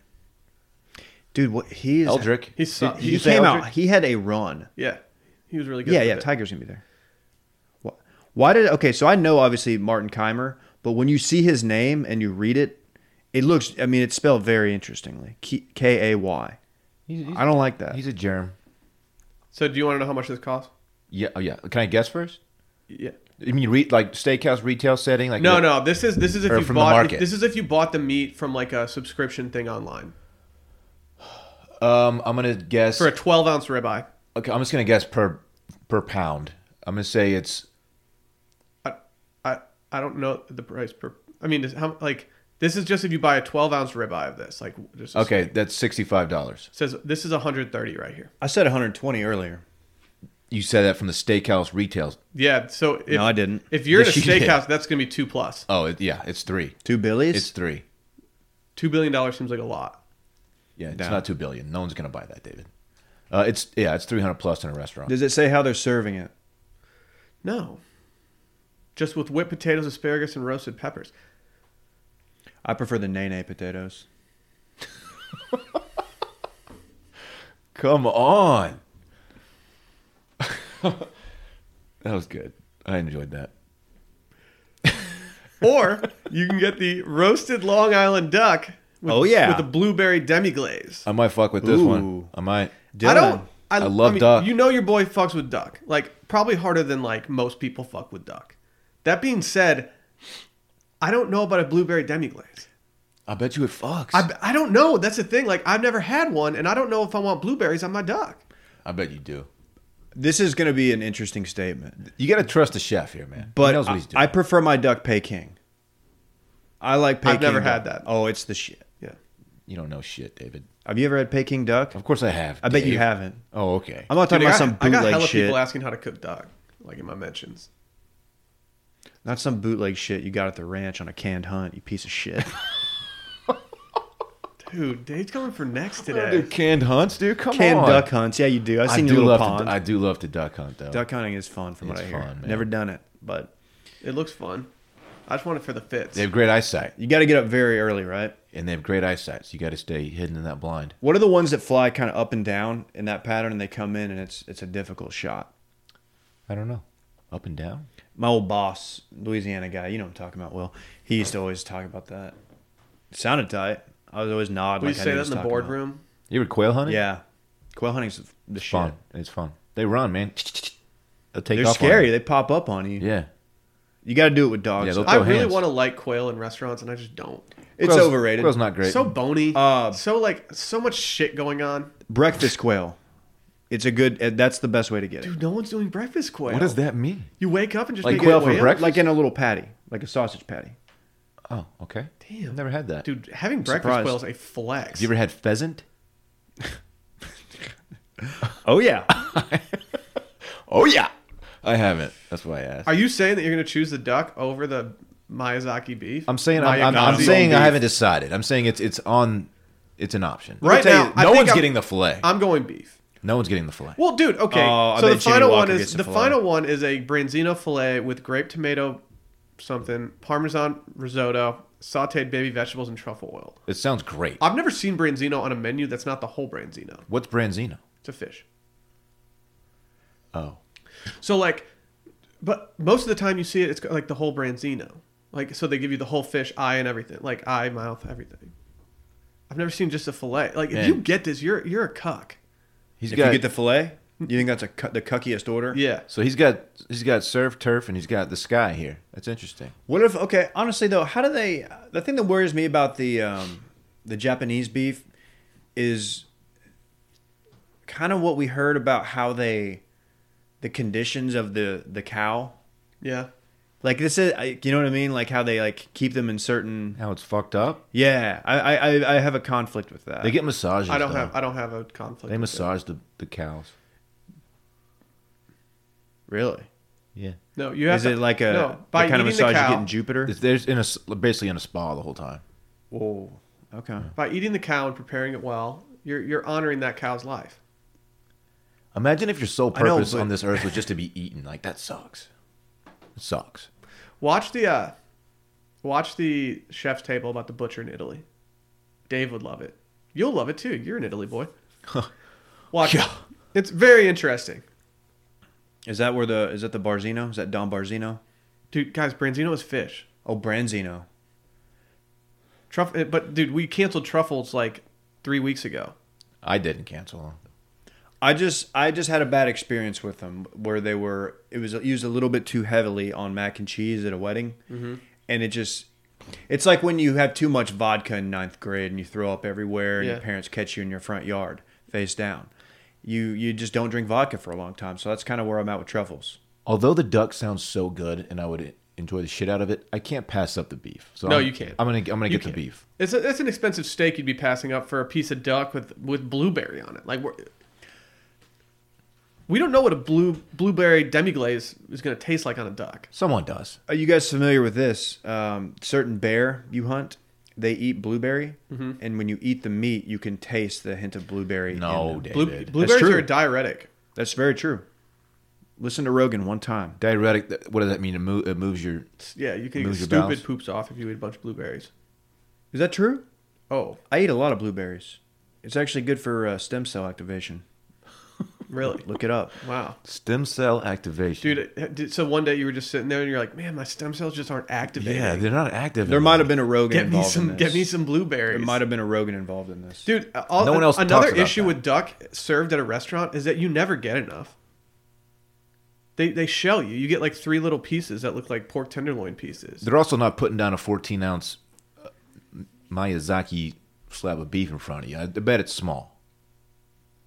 dude. What he is? Eldrick. He's Did- so- he you say came Eldrick? out. He had a run. Yeah, he was really good. Yeah, with yeah. it. Tiger's gonna be there. Why, why did? Okay, so I know obviously Martin Keimer, but when you see his name and you read it, it looks. I mean, it's spelled very interestingly. K A Y. He's, he's, I don't like that. He's a germ. So, do you want to know how much this costs? Yeah, oh, yeah. Can I guess first? Yeah. You mean re- like steakhouse retail setting? Like No, the- no. This is this is if Or you from the bought market. this is if you bought the meat from like a subscription thing online Um, I'm gonna guess. for a 12 ounce ribeye. okay, I'm just gonna guess per per pound. I'm gonna say it's I, I I don't know the price per. I mean, is how like this is just if you buy a 12 ounce ribeye of this. Like just okay. That's sixty five dollars. Says this is 130 right here. I said 120 earlier. You said that from the steakhouse retail. Yeah. So if, no, I didn't. if you're in a Yes, you did. steakhouse, that's going to be two plus. Oh, it, yeah, it's three. Two Billies. It's three. Two billion dollars seems like a lot. Yeah, it's No. not two billion. No one's gonna buy that, David. Uh, it's yeah, it's three hundred plus in a restaurant. Does it say how they're serving it? No. Just with whipped potatoes, asparagus, and roasted peppers. I prefer the nene potatoes. Come on. that was good. I enjoyed that. Or you can get the roasted Long Island duck. With, Oh, yeah. With the blueberry demi glaze. I might fuck with this Ooh. one. I might. I don't. I, I love duck. You know your boy fucks with duck. Like probably harder than like most people fuck with duck. That being said, I don't know about a blueberry demiglaze. I bet you it fucks. I, I don't know. That's the thing. Like I've never had one, and I don't know if I want blueberries on my duck. I bet you do. This is going to be an interesting statement, You gotta trust the chef here, man. but he knows what he's doing. I, I prefer my duck Peking. I like Peking. I've never duck. had that. Oh, it's the shit. Yeah. you don't know shit, David. Have you ever had Peking duck? Of course I have. I bet you Dave. haven't. Oh, okay. I'm not Dude, talking about I got- some I got bootleg hella shit. people asking how to cook duck, like in my mentions. Not some bootleg shit you got at the ranch on a canned hunt. You piece of shit. Dude, Dave's going for next today. Dude, canned hunts, dude. Come canned on. duck hunts. Yeah, you do. I've I seen do your little love pond. To, I do love to duck hunt though. duck hunting is fun, from what It's I hear. fun, man. Never done it, but It looks fun. I just want it for the fits. They have great eyesight, you got to get up very early, right? and they have great eyesight. So you got to stay hidden in that blind. What are the ones that fly kind of up and down in that pattern, and they come in, and it's it's a difficult shot. I don't know. Up and down. My old boss, Louisiana guy, you know what I'm talking about. Will he used to always talk about that. It sounded tight. I was always nod. Will you like I say knew what that he was in the talking boardroom? You ever quail about. hunting? Yeah, quail hunting's the shit. fun. It's fun. They run, man. They'll take They're off on scary. you. They pop up on you. Yeah. You got to do it with dogs. Yeah, though. they'll I Throw really hands. want to like quail in restaurants, and I just don't. it's Quail's- overrated. Quail's not great. So bony. Uh, so like so much shit going on. Breakfast quail. It's a good. uh, That's the best way to get it. Dude, no one's doing breakfast quail. what does that mean? You wake up and just Like make it quail for breakfast? Like in a little patty, like a sausage patty. Oh, okay. Damn. I've never had that. Dude, having breakfast Surprised. quail is a flex. You ever had pheasant? Oh yeah. Oh yeah. I haven't. That's why I asked. Are you saying that you're going to choose the duck over the Miyazaki beef? I'm saying I'm, I'm, I'm Mayakazi? saying I Beef. haven't decided. I'm saying it's it's on. It's an option. Let me Right tell you, now, I no think one's I'm- getting the fillet. I'm going beef. no one's getting the fillet. Well, dude, okay. Oh, I so the bet Jimmy final Walker one gets is a the fillet. final one is a branzino fillet with grape tomato something, parmesan risotto, sautéed baby vegetables and truffle oil. It sounds great. I've never seen branzino on a menu that's not the whole branzino. What's branzino? It's a fish. Oh, So like, but most of the time you see it, it's got, like the whole branzino. Like so they give you the whole fish, eye and everything, like eye, mouth, everything. I've never seen just a fillet. Like if Man. you get this, you're you're a cuck. he's if got you get the fillet, you think that's a cu- the cuckiest order? Yeah. so he's got he's got surf turf and he's got the sky here. That's interesting. What if? Okay, honestly though, how do they? The thing that worries me about the um, the Japanese beef is kind of what we heard about how they the conditions of the the cow. Yeah. Like this is, I- you know what I mean? Like how they like keep them in certain. How it's fucked up. Yeah, I I, I- I have a conflict with that. They get massages. I don't though. uh, have I don't have a conflict. They with it. massage the, the cows. really. Yeah. No, you have Is to- it like a no, the by kind of eating the massage you cow- get in Jupiter? There's in a s- basically in a spa the whole time. Whoa. Okay. by eating the cow and preparing it well, you're you're honoring that cow's life. Imagine if your sole I know, purpose but- on this earth was just to be eaten. Like that sucks. It sucks. Watch the uh watch the chef's table about the butcher in Italy. Dave would love it. You'll love it too. You're an Italy boy. Watch it. Yeah. It's very interesting. Is that where the is that the Barzino? Is that Don Barzino? Dude, guys, branzino is fish. Oh, Branzino. Truffle but dude, we canceled truffles like 3 weeks ago. I didn't cancel them. I just I just had a bad experience with them where they were it was used a little bit too heavily on mac and cheese at a wedding, and it just it's like when you have too much vodka in ninth grade and you throw up everywhere and your Yeah. parents catch you in your front yard face down. You you just don't drink vodka for a long time, so that's kind of where I'm at with truffles. Although the duck sounds so good and I would enjoy the shit out of it, I can't pass up the beef. So No, I'm- you can't. I'm gonna I'm gonna You get can't. the beef. It's a, it's an expensive steak you'd be passing up for a piece of duck with with blueberry on it. Like we're, We don't know what a blue blueberry demi glaze is going to taste like on a duck. Someone does. Are you guys familiar with this? Um, certain bear you hunt, they eat blueberry, and when you eat the meat, you can taste the hint of blueberry. in No, them. Blue, David. blueberries true. are a diuretic. that's very true. Listen to Rogan one time. Diuretic. th- What does that mean? It, mo- it moves your. Yeah, you can get Moves your stupid bowels. poops off if you eat a bunch of blueberries. Is that true? Oh, I eat a lot of blueberries. It's actually good for uh, stem cell activation. really? Look it up. Wow. Stem cell activation. Dude, it- did- so one day you were just sitting there and you're like, man, my stem cells just aren't activating. yeah, they're not active. There anymore. might have been a Rogan get me involved some, in this. get me some There blueberries. might have been a Rogan involved in this. Dude, uh, all, No one else talks another about issue that. with duck served at a restaurant is that you never get enough. They, they shell you. You get like three little pieces that look like pork tenderloin pieces. They're also not putting down a 14 ounce uh, Miyazaki slab of beef in front of you. I bet it's small.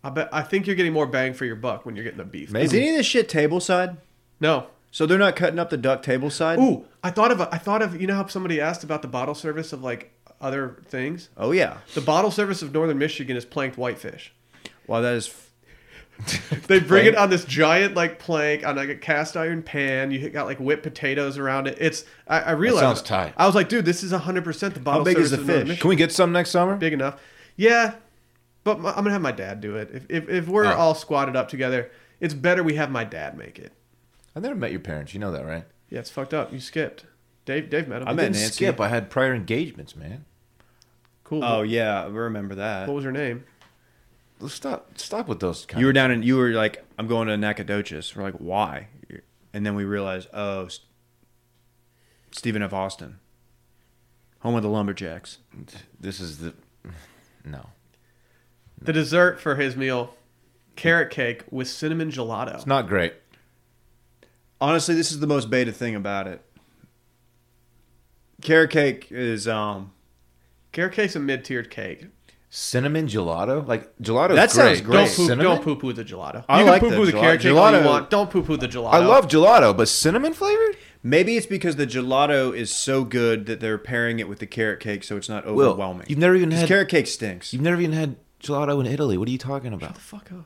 I bet I think you're getting more bang for your buck when you're getting the beef. Maybe. Is any of this shit table side? No. So they're not cutting up the duck table side? Ooh, I thought of a, I thought of you know how somebody asked about the bottle service of like other things. Oh yeah. The bottle service of Northern Michigan is planked whitefish. Wow, that is f- They bring it on this giant like plank on like a cast iron pan. You got like whipped potatoes around it. It's I, I realized sounds tight. I was like, dude, this is hundred percent the bottle. big is service the of Northern fish? Michigan. Can we get some next summer? big enough. Yeah, but my, I'm gonna have my dad do it. If if, if we're Oh. all squatted up together, it's better we have my dad make it. I never met your parents. You know that, right? Yeah, it's fucked up. You skipped. Dave Dave met him. I met- Didn't Nancy. skip. I had prior engagements, man. cool. Oh yeah, I remember that. What was her name? Let's stop. Stop with those. Kind You were down and you were like, I'm going to Nacogdoches. We're like, why? And then we realized, oh, S- Stephen F. Austin, home of the Lumberjacks. This is the. No, The dessert for his meal, carrot cake with cinnamon gelato. it's not great. Honestly, this is the most beta thing about it. Carrot cake is um. carrot cake's a mid tiered cake. Cinnamon gelato, like gelato. That sounds great. Don't poo Cinnamon? don't poo poo the gelato. I you like can the poo poo the, gelato. carrot cake all Gelato- you want. Don't poo poo the gelato. I love gelato, but cinnamon flavored. Maybe it's because the gelato is so good that they're pairing it with the carrot cake, so it's not overwhelming. you've never even 'Cause had- carrot cake stinks. You've never even had gelato in Italy. What are you talking about? Shut the fuck up.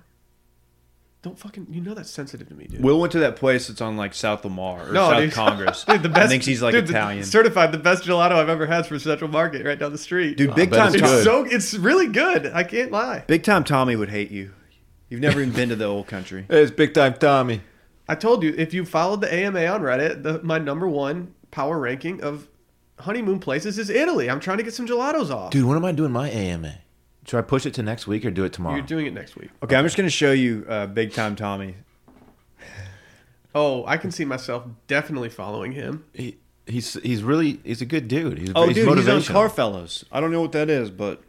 Don't fucking. You know that's sensitive to me, dude. Will went to that place that's on like South Lamar or No, South dude. Congress. Dude, the best. thinks he's like dude, the- Italian. certified the best gelato I've ever had from Central Market, right down the street. Dude, big bet time. it's good. so it's really good. I can't lie. Big time Tommy would hate you. You've never even been to the old country. It's big time, Tommy. I told you if you followed the AMA on Reddit, the, my number one power ranking of honeymoon places is Italy. I'm trying to get some gelatos off. Dude, when am I doing my AMA? Should I push it to next week or do it tomorrow? You're doing it next week. Okay, I'm just gonna show you uh, Big Time Tommy. Oh, I can see myself definitely following him. he, he's he's really he's a good dude. He's, Oh, he's dude, he's on motivational. Carfellows. I don't know what that is, but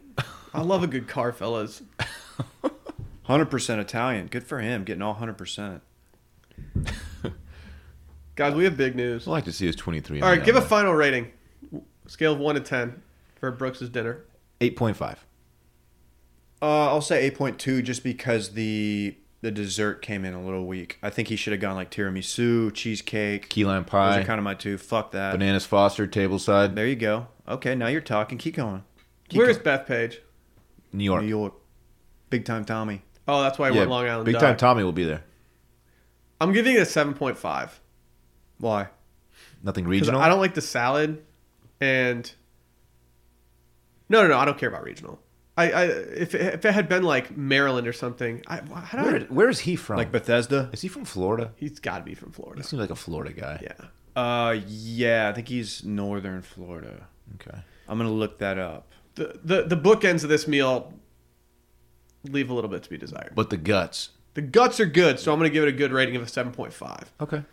I love a good car, fellas. 100% Italian. Good for him, getting all 100%. Guys, we have big news. I'd like to see his 23. All right, give a final rating, scale of one to ten, for Brooks's dinner. 8.5. Uh, I'll say 8.2 just because the the dessert came in a little weak. I think he should have gone like tiramisu, cheesecake. Key lime Those pie. are kind of my two. Fuck that. Bananas Foster, tableside, There you go. Okay, now you're talking. Keep going. Keep Where is going. Beth Page? New York. New York? Big Time Tommy. Oh, that's why I Yeah, went Long Island. Big Dock. time Tommy will be there. I'm giving it a seven point five. Why? Nothing Because regional. I don't like the salad, and no, no, no, I don't care about regional. I, I if it, if it had been like Maryland or something, I how do Where, I, where is he from? Like Bethesda? is he from Florida? he's got to be from Florida. He seems like a Florida guy. Yeah, Uh, yeah, I think he's northern Florida. Okay. I'm gonna look that up. the the the bookends of this meal leave a little bit to be desired. But the guts. The guts are good, so I'm going to give it a good rating of a seven point five. Okay.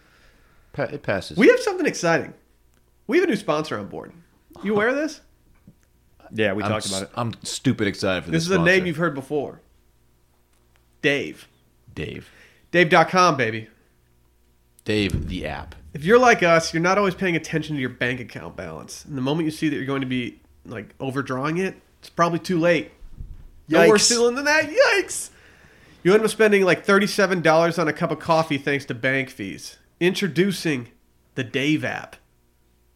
Pa- it passes. We have something exciting. We have a new sponsor on board. You aware of this? Yeah, we I'm talked s- about it. I'm stupid excited for This this. is a name sponsor. you've heard before. Dave. Dave. Dave.com, baby. Dave the app. If you're like us, you're not always paying attention to your bank account balance. And the moment you see that you're going to be like overdrawing it, it's probably too late. No worse Yikes. feeling than that. Yikes. You end up spending like $37 on a cup of coffee thanks to bank fees. Introducing the Dave app.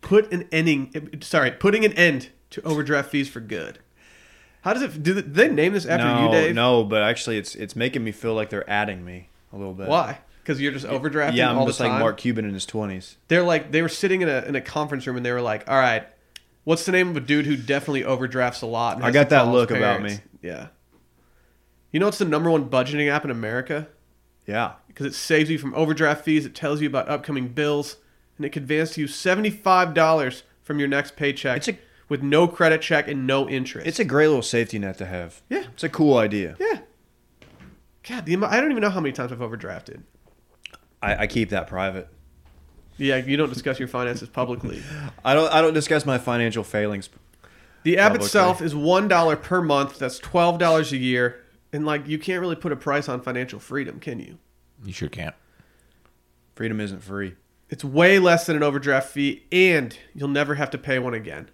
Put an ending sorry, putting an end to overdraft fees for good. How does it do they name this after no, you, Dave? no, but actually, it's it's making me feel like they're adding me. a little bit. Why? Because you're just overdrafting Yeah, I'm all just the time. like Mark Cuban in his 20s. They're like they were sitting in a in a conference room and they were like, "All right, what's the name of a dude who definitely overdrafts a lot?" and I has got to that call his look about parents? me. Yeah. You know what's the number one budgeting app in America? Yeah. Because it saves you from overdraft fees, it tells you about upcoming bills, and it can advance you seventy five dollars from your next paycheck It's a- with no credit check and no interest. It's a great little safety net to have. Yeah. It's a cool idea. yeah. God, the, amo- I don't even know how many times I've overdrafted. I, I keep that private. Yeah, you don't discuss your finances publicly. I don't I don't discuss my financial failings. The app Publicly. itself is one dollar per month. That's twelve dollars a year, and like you can't really put a price on financial freedom, can you? You sure can't. Freedom isn't free. It's way less than an overdraft fee, and you'll never have to pay one again.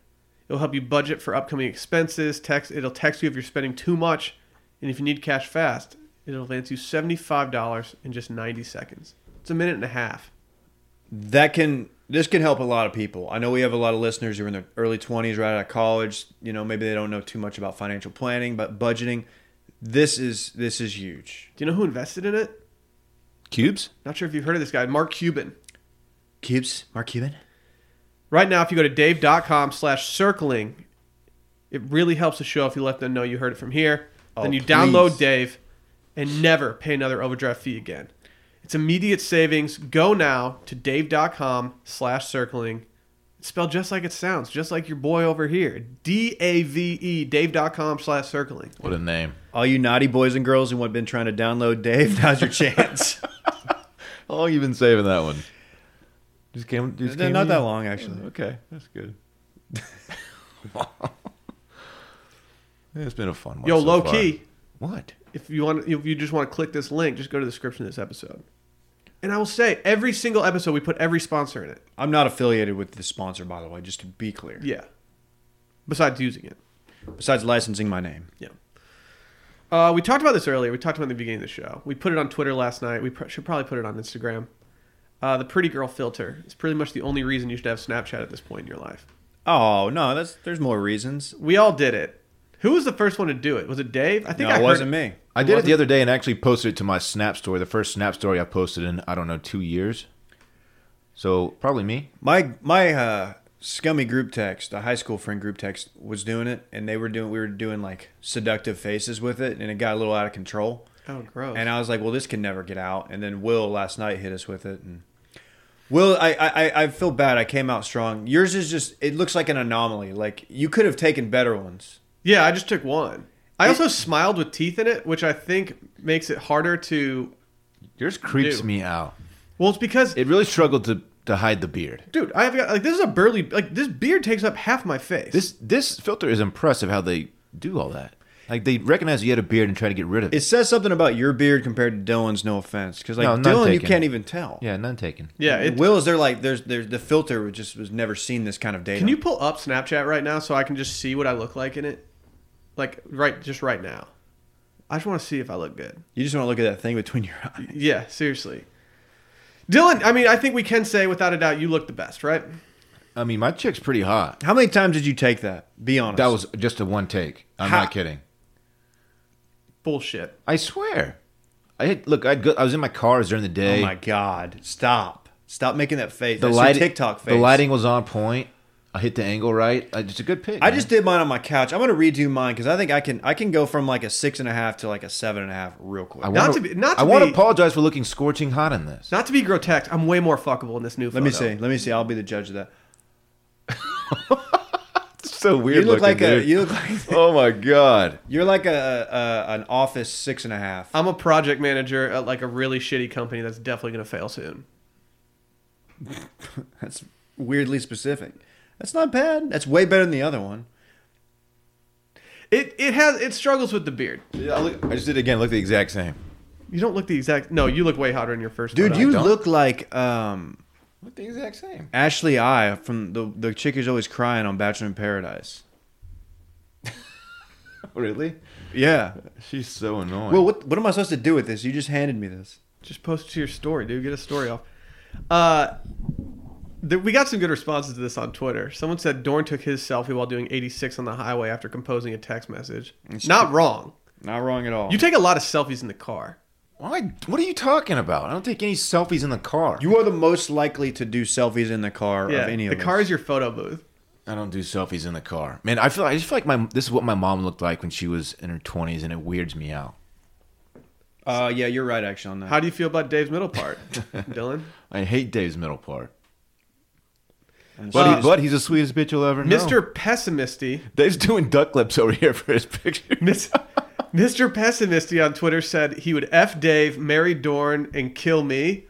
It'll help you budget for upcoming expenses. Text it'll text you if you're spending too much, and if you need cash fast, it'll advance you seventy five dollars in just ninety seconds. It's a minute and a half. That can this can help a lot of people. I know we have a lot of listeners who are in their early 20s right out of college, you know, maybe they don't know too much about financial planning, but budgeting this is this is huge. Do you know who invested in it? Cubes? Not sure if you've heard of this guy, Mark Cuban. Cubes, Mark Cuban. Right now, if you go to dave.com slash circling, it really helps the show if you let them know you heard it from here. Oh, then you please. download Dave and never pay another overdraft fee again. It's immediate savings. Go now to dave.com slash circling. It's spelled just like it sounds, just like your boy over here. D A V E, dave.com slash circling. What a name. All you naughty boys and girls who have been trying to download Dave, now's your chance. How long you been saving that one? Just came. Just No, came Not to that you? long, actually. Okay, that's good. Yeah, it's been a fun one. Yo, so low far. key, What? if you want if you just want to click this link, just go to the description of this episode. And I will say, every single episode we put every sponsor in it. I'm not affiliated with the sponsor, by the way, just to be clear. Yeah. Besides using it. Besides licensing my name. Yeah. Uh, we talked about this earlier. We talked about it at the beginning of the show. We put it on Twitter last night. We pr- should probably put it on Instagram. Uh, the pretty girl filter is pretty much the only reason you should have Snapchat at this point in your life. Oh no, that's there's more reasons. We all did it. Who was the first one to do it? Was it Dave? I think no, I it heard- wasn't me. I did it the other day and actually posted it to my Snap story. The first Snap story I posted in I don't know two years. So probably me. My my uh, scummy group text, a high school friend group text, was doing it, and they were doing we were doing like seductive faces with it, and it got a little out of control. Oh, gross. And I was like, well, this can never get out. And then Will last night hit us with it, and Will, I I I- I feel bad. I came out strong. Yours is just it looks like an anomaly. Like you could have taken better ones. yeah, I just took one. I It- also smiled with teeth in it, which I think makes it harder to. Yours creeps Dude. me out. Well, it's because, It really struggled to to hide the beard. dude, I've got like this is a burly like this beard takes up half my face. This this filter is impressive how they do all that. Like they recognize you had a beard and try to get rid of it. It says something about your beard compared to Dylan's. No offense, because like No, none Dylan, you taken. can't even tell. yeah, none taken. yeah, it, Will is there like there's there's the filter was just was never seen this kind of data. Can you pull up Snapchat right now so I can just see what I look like in it? Like right just right now. I just want to see if I look good. You just want to look at that thing between your eyes. Yeah, seriously. Dylan, I mean, I think we can say without a doubt you look the best, right? I mean, my chick's pretty hot. How many times did you take that? Be honest. That was just a one take. I'm Ha- not kidding. Bullshit. I swear. I had, look. I'd go, I was in my cars during the Oh day. my god! Stop! Stop making that face. the That's light, your TikTok face. The lighting was on point. I hit the angle right. I, it's a good pick. I man. just did mine on my couch. I'm gonna redo mine because I think I can. I can go from like a six and a half to like a seven and a half real quick. I Not wanna, to be- not to I want be- to apologize for looking scorching hot in this. Not to be grotesque, I'm way more fuckable in this new Let Oh, me see. Let me see. I'll be the judge of that. It's so weird. You look like looking, a. dude. You look like. oh my god. You're like a, a an office six and a half. I'm a project manager at like a really shitty company that's definitely going to fail soon. That's weirdly specific. That's not bad. That's way better than the other one. It it has it struggles with the beard. Yeah, I, look, I just did it again. Look the exact same. You don't look the exact No, you look way hotter in your first Dude, photo. you don't. look like um Look the exact same. Ashley I from the the chick who's always crying on Bachelor in Paradise. Really? Yeah. She's so annoying. Well, what what am I supposed to do with this? You just handed me this. Just post it to your story, dude. Get a story off. Uh, th- we got some good responses to this on Twitter. Someone said Dorn took his selfie while doing 86 on the highway after composing a text message. Not wrong. Not wrong at all. You take a lot of selfies in the car. Why? What are you talking about? I don't take any selfies in the car. You are the most likely to do selfies in the car Yeah, of any the of car us. is your photo booth. I don't do selfies in the car, man. I feel I just feel like my this is what my mom looked like when she was in her twenties, and it weirds me out. Uh, yeah, you're right actually on that. How do you feel about Dave's middle part, Dylan? I hate Dave's middle part, I'm but, sorry. he, but he's the sweetest bitch you'll ever know. Mr. Pessimisty. Dave's doing duck lips over here for his picture. Mis- Mr. Pessimisty on Twitter said he would F Dave, marry Dorn, and kill me.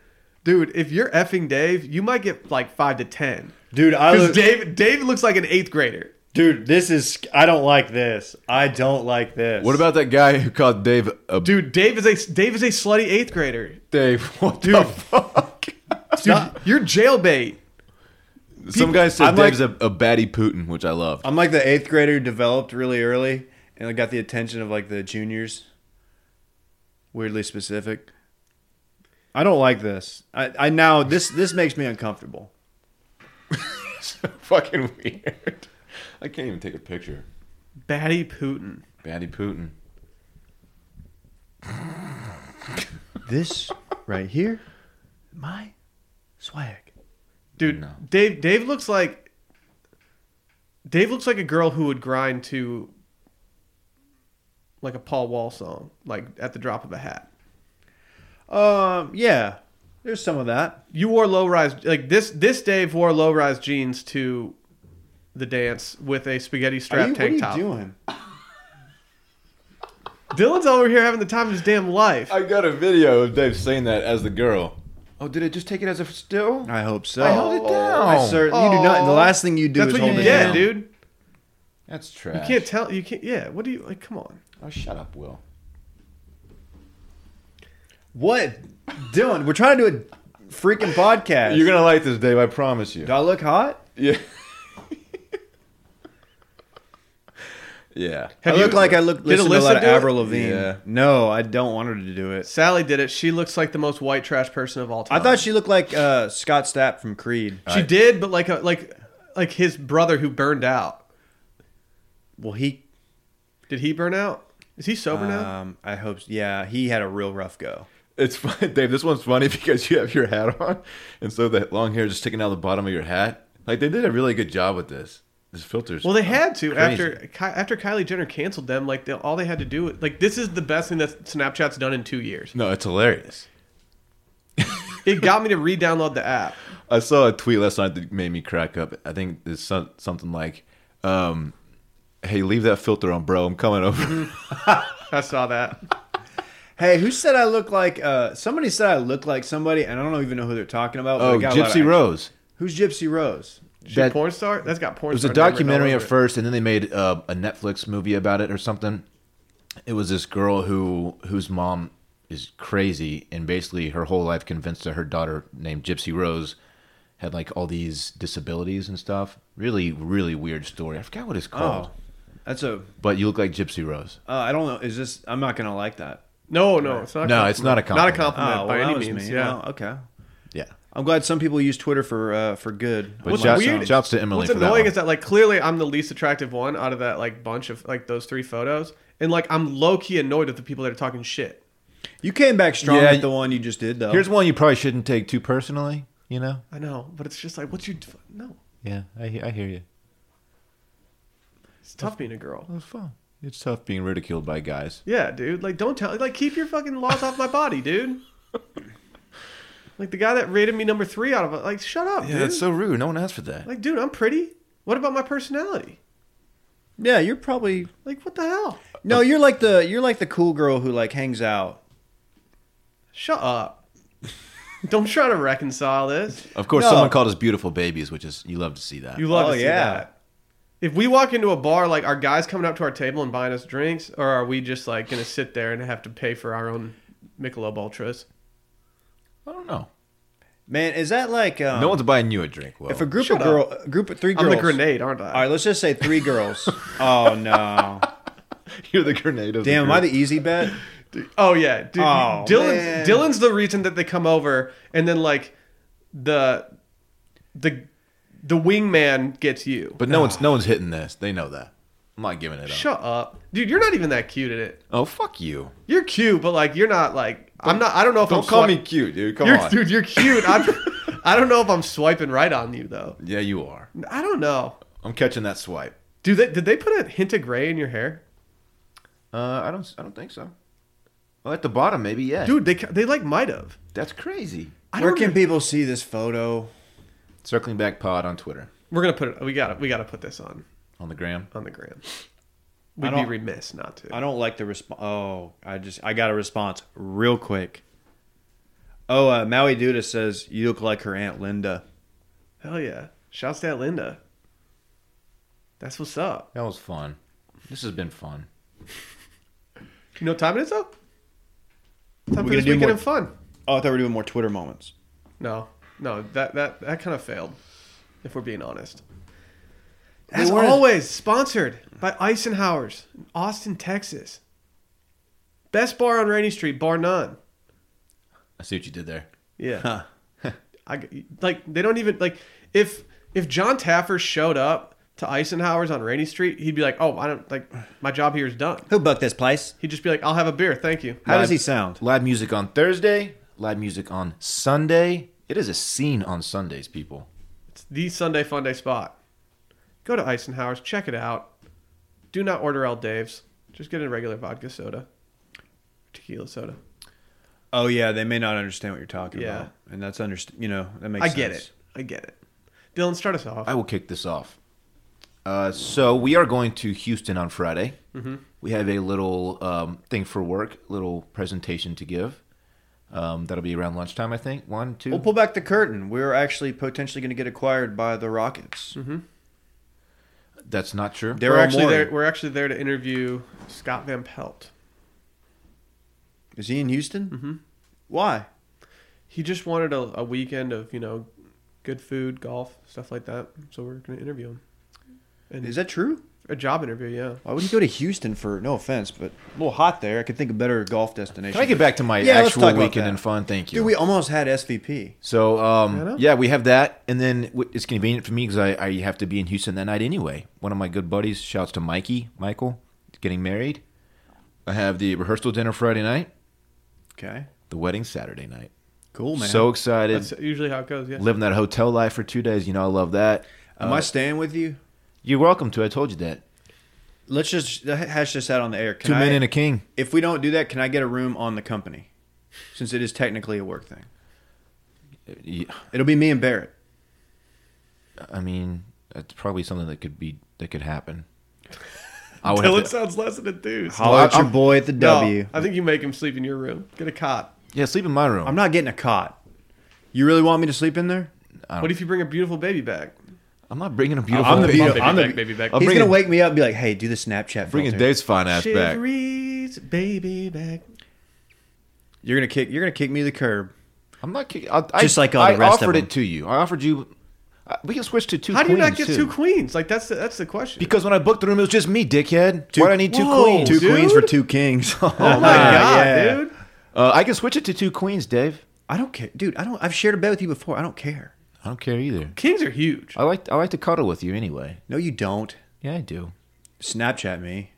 Dude, if you're effing Dave, you might get like five to ten. dude, I Because look, Dave, Dave looks like an eighth grader. dude, this is I don't like this. I don't like this. What about that guy who called Dave a Dude, Dave is a Dave is a slutty eighth grader. Dave? What the fuck? Dude, you're jailbait. Some guy said I'm like- Dave's a, a baddie Putin, which I love. I'm like the eighth grader who developed really early and I got the attention of like the juniors. Weirdly specific. I don't like this. I, I now this this makes me uncomfortable. fucking weird. I can't even take a picture. Batty Putin. Baddie Putin. This right here, my swag. Dude, No. Dave Dave looks like Dave looks like a girl who would grind to like a Paul Wall song, like at the drop of a hat. Um, yeah, there's some of that. you wore low rise like this this Dave wore low rise jeans to the dance with a spaghetti strap Are you- tank what top. are you doing? Dylan's over here having the time of his damn life. I got a video of Dave saying that as the girl. Oh, did it just take it as a still? I hope so. I held it down. I certainly you do not. The Aw. last thing you do That's is what hold you it did, down. dude. That's trash. You can't tell you can't yeah, what do you like come on. Oh, shut up, Will. What, Dylan? We're trying to do a freaking podcast. You're gonna like this, Dave. I promise you. Do I look hot? Yeah. yeah. Have I you- look like I look. did Listen to a Alyssa lot of do it? Avril Lavigne. Yeah. No, I don't want her to do it. Sally did it. She looks like the most white trash person of all I time. thought she looked like uh, Scott Stapp from Creed. she did, but like a like like his brother who burned out. Well, he. Did he burn out? Is he sober Uh, now? Um, I hope. Yeah, he had a real rough go. It's fun, Dave. This one's funny because you have your hat on, and so the long hair is just sticking out the bottom of your hat. Like they did a really good job with this. This filters. Well, they had to crazy. after Ki- after Kylie Jenner canceled them. Like they, all they had to do, was- like this is the best thing that Snapchat's done in two years. No, it's hilarious. It got me to re-download the app. I saw a tweet last night that made me crack up. I think it's some, something like, um, "Hey, leave that filter on, bro. I'm coming Mm-hmm. over." I saw that. Hey, who said I look like? Uh, somebody said I look like somebody, and I don't even know who they're talking about. But I oh, got a lot of Gypsy action. Rose. Who's Gypsy Rose? She That- a porn star? That's got porn. It was a documentary at first, and then they made uh, a Netflix movie about it or something. It was this girl who whose mom is crazy, and basically her whole life convinced that her daughter named Gypsy Rose had like all these disabilities and stuff. Really, really weird story. I forgot what it's called, Oh, that's a. but you look like Gypsy Rose. Uh, I don't know. Is this? I'm not gonna like that. Oh, No, no, it's not. a No, it's not a Not a compliment. compliment well, by that any was means. me. Yeah. Oh, okay. Yeah, I'm glad some people use Twitter for uh, for good. but What's shouts, weird- shouts to Emily What's for that. annoying one. is that like clearly I'm the least attractive one out of that like bunch of like those three photos, and like I'm low key annoyed at the people that are talking shit. you came back strong Yeah, with the one you just did, though. Here's one you probably shouldn't take too personally. You know? I know, but it's just like, what's your no? Yeah, I, he- I hear you. It's tough being a girl. It's fun. It's tough being ridiculed by guys. Yeah, dude. Like, don't tell. Like, keep your fucking laws off my body, dude. Like the guy that rated me number three out of like, shut up, Yeah, dude. that's so rude. No one asked for that. like, dude, I'm pretty. What about my personality? yeah, you're probably Like, what the hell? no. You're like the you're like the cool girl who like hangs out. Shut up. Don't try to reconcile this. Of course, No. someone called us beautiful babies, which is you love to see that. You love Oh, to see yeah. that. If we walk into a bar, like are guys coming up to our table and buying us drinks, or are we just like gonna sit there and have to pay for our own Michelob Ultras? I don't know. Man, is that like um, no one's buying you a drink. Well, if a group Shut of girl a group of three girls? I'm the grenade, aren't I? All right, let's just say three girls. oh no! you're the grenade of Damn, am the I group. the easy bet? Oh yeah, dude. Oh, Dylan's man. Dylan's the reason that they come over, and then like the the the wingman gets you. But no one's no one's hitting this. They know that. I'm not giving it up. shut up, dude. You're not even that cute in it. Oh fuck you. You're cute, but like you're not like I'm not. I don't know if Don't I'm call swi- me cute, dude. Come You're, on. dude, you're cute. I'm, I don't know if I'm swiping right on you though. Yeah, you are. I don't know. I'm catching that swipe. Do they? Did they put a hint of gray in your hair, Uh, I don't. I don't think so. Well, at the bottom, maybe yeah. dude? They ca- they like might have. that's crazy. I Where don't can know. people see this photo? Circling back pod on Twitter We're gonna put it. We got to We got to put this on on the gram. on the gram. I We'd be don't- remiss not to. I don't like the response. Oh, I just I got a response real quick. Oh, uh, Maui Duda says you look like her aunt Linda. Hell yeah! Shouts to that Linda. That's what's up. That was fun. This has been fun. You know what time it is though? Time for We're gonna this do weekend more- and fun. Oh, I thought we were doing more Twitter moments. No, no, that that that kind of failed. If we're being honest. They As weren't- always, sponsored by Eisenhower's in Austin, Texas. Best bar on Rainy Street, bar none. I see what you did there. Yeah. Huh. I g like they don't even like if if John Taffer showed up to Eisenhower's on Rainy Street, he'd be like, "Oh, I don't like my job here is done." Who booked this place? He'd just be like, "I'll have a beer, thank you." How does Live- he sound? Live music on Thursday. Live music on Sunday. It is a scene on Sundays, people. It's the Sunday Fun Day spot. Go to Eisenhower's, check it out. Do not order El Dave's. Just get a regular vodka soda, tequila soda. Oh yeah, they may not understand what you're talking Yeah. about, and that's underst- You know that makes. I get sense. it. I get it. Dylan, start us off. I will kick this off. Uh, so we are going to Houston on Friday. Mm-hmm. We have a little um, thing for work, little presentation to give. Um, that'll be around lunchtime, I think. One, two. We'll pull back the curtain. We're actually potentially going to get acquired by the Rockets. That's not true. Daryl Mm-hmm. we're actually Morey. there. We're actually there to interview Scott Van Pelt. Is he in Houston? Mm-hmm. Why? He just wanted a, a weekend of you know, good food, golf, stuff like that. So we're gonna interview him. And Is that true? a job interview? Yeah. Why would you go to Houston for? No offense, but a little hot there. I could think of better golf destinations. Can I get back to my Yeah, let's actual talk about weekend that. and fun? Thank you. Dude, we almost had SVP. So I know. um, yeah, we have that, and then w- it's convenient for me because I, I have to be in Houston that night anyway. One of my good buddies, shouts to Mikey, Michael, is getting married. I have the rehearsal dinner Friday night, Okay, the wedding Saturday night. cool man. So excited, That's usually how it goes. Yeah. living that hotel life for two days. You know, I love that. am uh, I staying with you? You're welcome to. I told you that. Let's just hash this out on the air. Can Two I, men and a king. if we don't do that, can I get a room on the company? Since it is technically a work thing, Y- it'll be me and Barrett. I mean, that's probably something that could be that could happen. I would Dylan have to, sounds less enthused. Holler at your boy at the No, W. I think you make him sleep in your room. Get a cot. yeah, sleep in my room. I'm not getting a cot. You really want me to sleep in there? Um, What if you bring a beautiful baby back? I'm not bringing a beautiful. I'm the baby. beautiful- baby I'm the- back, baby back. I'll He's bring gonna it- wake me up and be like, "Hey, do the Snapchat." Bringing filter." Dave's fine ass back. Shivery's baby back. You're gonna kick. You're gonna kick me to the curb. I'm not kicking. I, Just I, like all I the rest of offered them. it to you. I offered you. I- We can switch to two. How do you not queens, get too. two queens? Like that's the, that's the question. Because when I booked the room, it was just me, dickhead. Two- Why do I need two Whoa. queens? Two dude. queens for two kings. Oh, oh my god, dude. Uh, I can switch it to two queens, Dave. I don't care, dude. I don't. I've shared a bed with you before. I don't care. I don't care either. Kings are huge. I like I like to cuddle with you anyway. No, you don't. Yeah, I do. Snapchat me.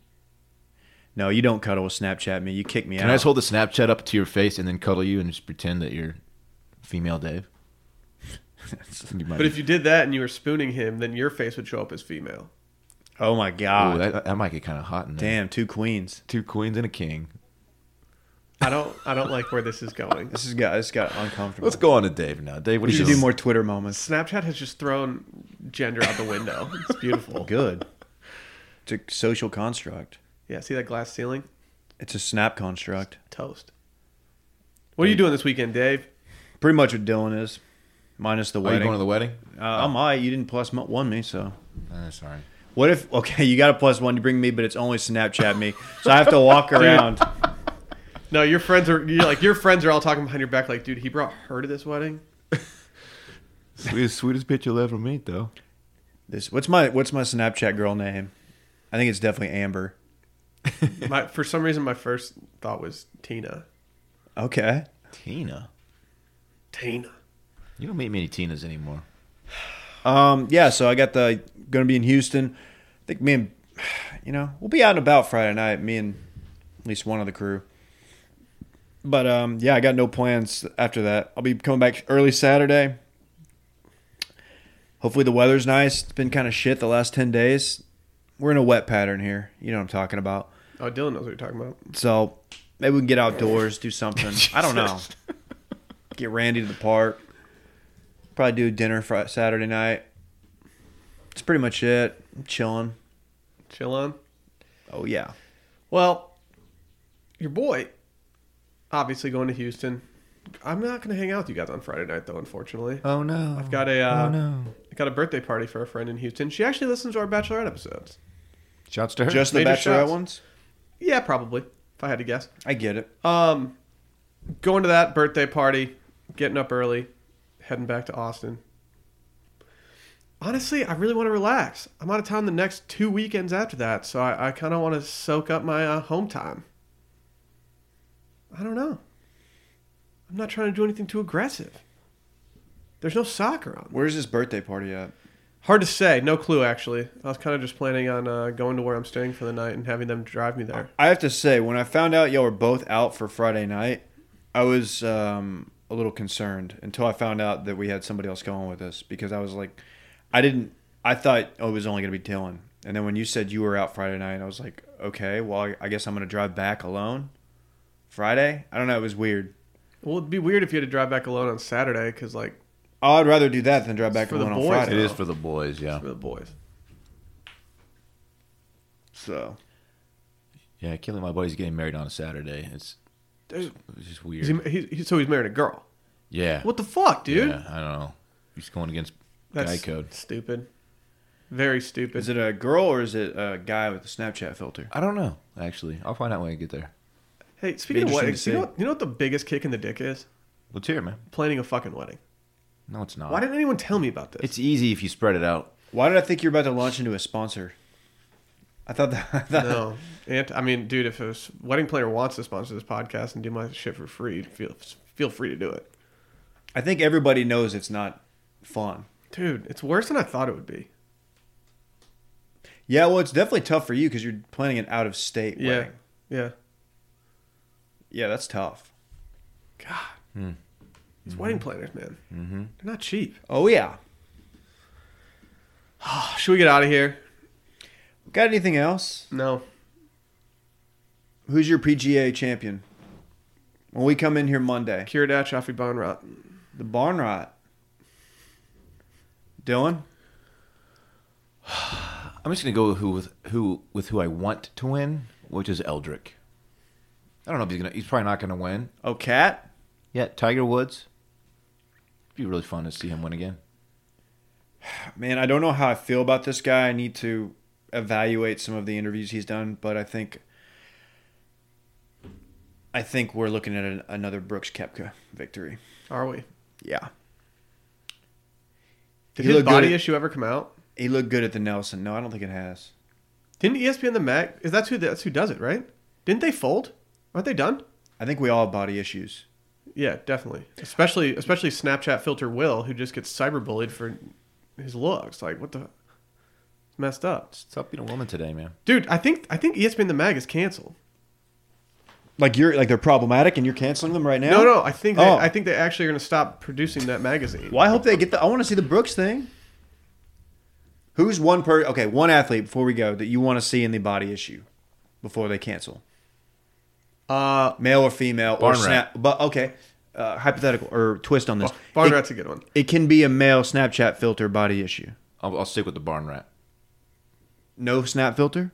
No, you don't cuddle with Snapchat me. You kick me Can out. I just hold the Snapchat up to your face and then cuddle you and just pretend that you're female, Dave? You But might be- if you did that and you were spooning him, then your face would show up as female. oh my Ooh, god. that, that might get kind of hot in there. Damn, two queens. Two queens and a king. I don't I don't like where this is going. This has got this got uncomfortable. Let's go on to Dave now. Dave, what We do you should doing? do more Twitter moments. Snapchat has just thrown gender out the window. It's beautiful. Good. It's a social construct. Yeah, see that glass ceiling? It's a snap construct. Toast. What are you doing this weekend, Dave? Pretty much what Dylan is, minus the Are you wedding. going to the wedding? uh, I might. You didn't plus mo- one me, so. Uh, sorry. What if? Okay, you got a plus one to bring me, but it's only Snapchat me, so I have to walk around. No, your friends are you're like your friends are all talking behind your back like, dude, he brought her to this wedding. Sweetest, sweetest bitch you'll ever meet, though. This what's my what's my Snapchat girl name? I think it's definitely Amber. My, for some reason my first thought was Tina. Okay. Tina. Tina. You don't meet many Tinas anymore. Um. Yeah. So I got the going to be in Houston. I think me and you know we'll be out and about Friday night. Me and at least one of the crew. But um, yeah, I got no plans after that. I'll be coming back early Saturday. Hopefully the weather's nice. It's been kind of shit the last ten days. We're in a wet pattern here. You know what I'm talking about. Oh, Dylan knows what you're talking about. So maybe we can get outdoors, do something. I don't know. Get Randy to the park. Probably do dinner Friday, Saturday night. It's pretty much it. I'm chilling. Chill on. Oh yeah. Well, your boy, obviously going to Houston. I'm not going to hang out with you guys on Friday night, though. Unfortunately, Oh no. I've got a uh, Oh no. I got a birthday party for a friend in Houston. She actually listens to our Bachelorette episodes. Shouts to her. Just the Major bachelorette shots. ones. Yeah, probably. If I had to guess. I get it. Um, going to that birthday party, getting up early, heading back to Austin. Honestly, I really want to relax. I'm out of town the next two weekends after that, so I, I kind of want to soak up my uh, home time. I don't know. I'm not trying to do anything too aggressive. There's no soccer on. Where's this birthday party at? Hard to say. No clue, actually. I was kind of just planning on uh, going to where I'm staying for the night and having them drive me there. I have to say, when I found out y'all were both out for Friday night, I was um, a little concerned until I found out that we had somebody else going with us because I was like, I didn't, I thought, oh, it was only going to be Dylan. And then when you said you were out Friday night, I was like, okay, well, I- I guess I'm going to drive back alone Friday. I don't know. It was weird. Well, it'd be weird if you had to drive back alone on Saturday because, like, Oh, I'd rather do that than drive back for the alone on boys, Friday. It is for the boys, yeah. for the boys. So Yeah, killing my buddy's getting married on a Saturday. It's, Dude. it's just Is weird. he, he's, he's- so he's married a girl. yeah. What the fuck, dude? Yeah, I don't know. He's going against That's guy code. stupid. Very stupid. is it a girl or is it a guy with a Snapchat filter? I don't know, actually. I'll find out when I get there. hey, speaking of interesting weddings, to you know, see. what, you know what the biggest kick in the dick is? Let's hear it, man. Planning a fucking wedding. No, it's not. Why didn't anyone tell me about this? it's easy if you spread it out. Why did I think you were about to launch into a sponsor? I thought that. I thought, no. And, I mean, dude, if a s- wedding planner wants to sponsor this podcast and do my shit for free, feel feel free to do it. I think everybody knows it's not fun. Dude, it's worse than I thought it would be. Yeah, well, it's definitely tough for you because you're planning an out of state Yeah. wedding. Yeah. Yeah, that's tough. God. Hmm. These wedding planners, man. Mm-hmm. They're not cheap. Oh yeah. Ah, Should we get out of here? Got anything else? No. Who's your PGA champion? When we come in here Monday, Kiradach, Afi Bonrot. the barn rot. Dylan, I'm just gonna go with who with who with who I want to win, which is Eldrick. I don't know if he's gonna. He's probably not gonna win. oh cat. Yeah, Tiger Woods. It'd be really fun to see him win again. Man, I don't know how I feel about this guy. I need to evaluate some of the interviews he's done, but I think I think we're looking at an, another Brooks Kepka victory. Are we? Yeah. Did He his looked good body at- issue ever come out? He looked good at the Nelson. No, I don't think it has. Didn't E ESPN the Mac? Is that who? That's who does it, right? Didn't they fold? Aren't they done? I think we all have body issues. Yeah, definitely. Especially, especially Snapchat filter Will, who just gets cyberbullied for his looks. Like, what the? Messed up, It's tough being a woman today, man. dude. I think I think E ESPN the Mag is canceled. Like you're like they're problematic and you're canceling them right now? No, no. I think they, Oh. I think they actually are going to stop producing that magazine. Well, I hope they get the I want to see the Brooks thing. Who's one per okay, one athlete before we go that you want to see in the body issue before they cancel? Uh, male or female or Barn snap. But okay, uh, hypothetical or twist on this. Barn it, rat's a good one. it can be a male Snapchat filter body issue. I'll, I'll stick with the barn rat. No snap filter.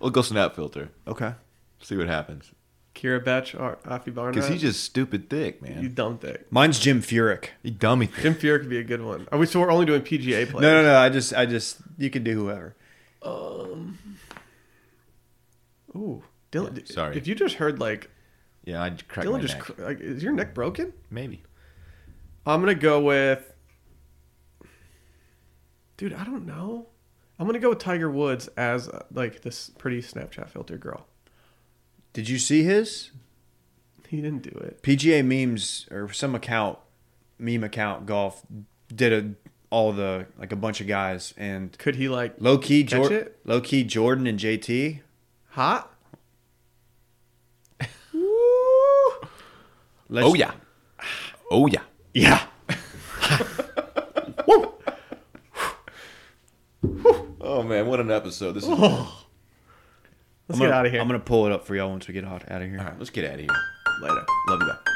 We'll go snap filter. Okay. See what happens. Kira Betch or Afi Barnrat. Because he's just stupid thick, man. you dumb dick. Mine's Jim Furyk. He dummy thick. Jim Furyk could be a good one. Are we? So we're only doing PGA players. No, no, no. I just, I just, you can do whoever. Ooh, Dylan. Um, Yeah, sorry. If you just heard like Yeah, I'd crack my Dylan just neck. cr- like, is your neck broken? Maybe. I'm gonna go with. Dude, I don't know. I'm gonna go with Tiger Woods as uh, like this pretty Snapchat filter girl. Did you see his He didn't do it. PGA memes or some account, meme account golf did a all the like a bunch of guys and Could he like low key Catch Jordan, it? low key Jordan and JT. hot? Let's, Oh yeah. Oh yeah. Yeah. Oh man, what an episode! This is. Let's I'm gonna, get out of here. I'm gonna pull it up for y'all once we get out of here. All right, let's get out of here. Later. Love you. Bye.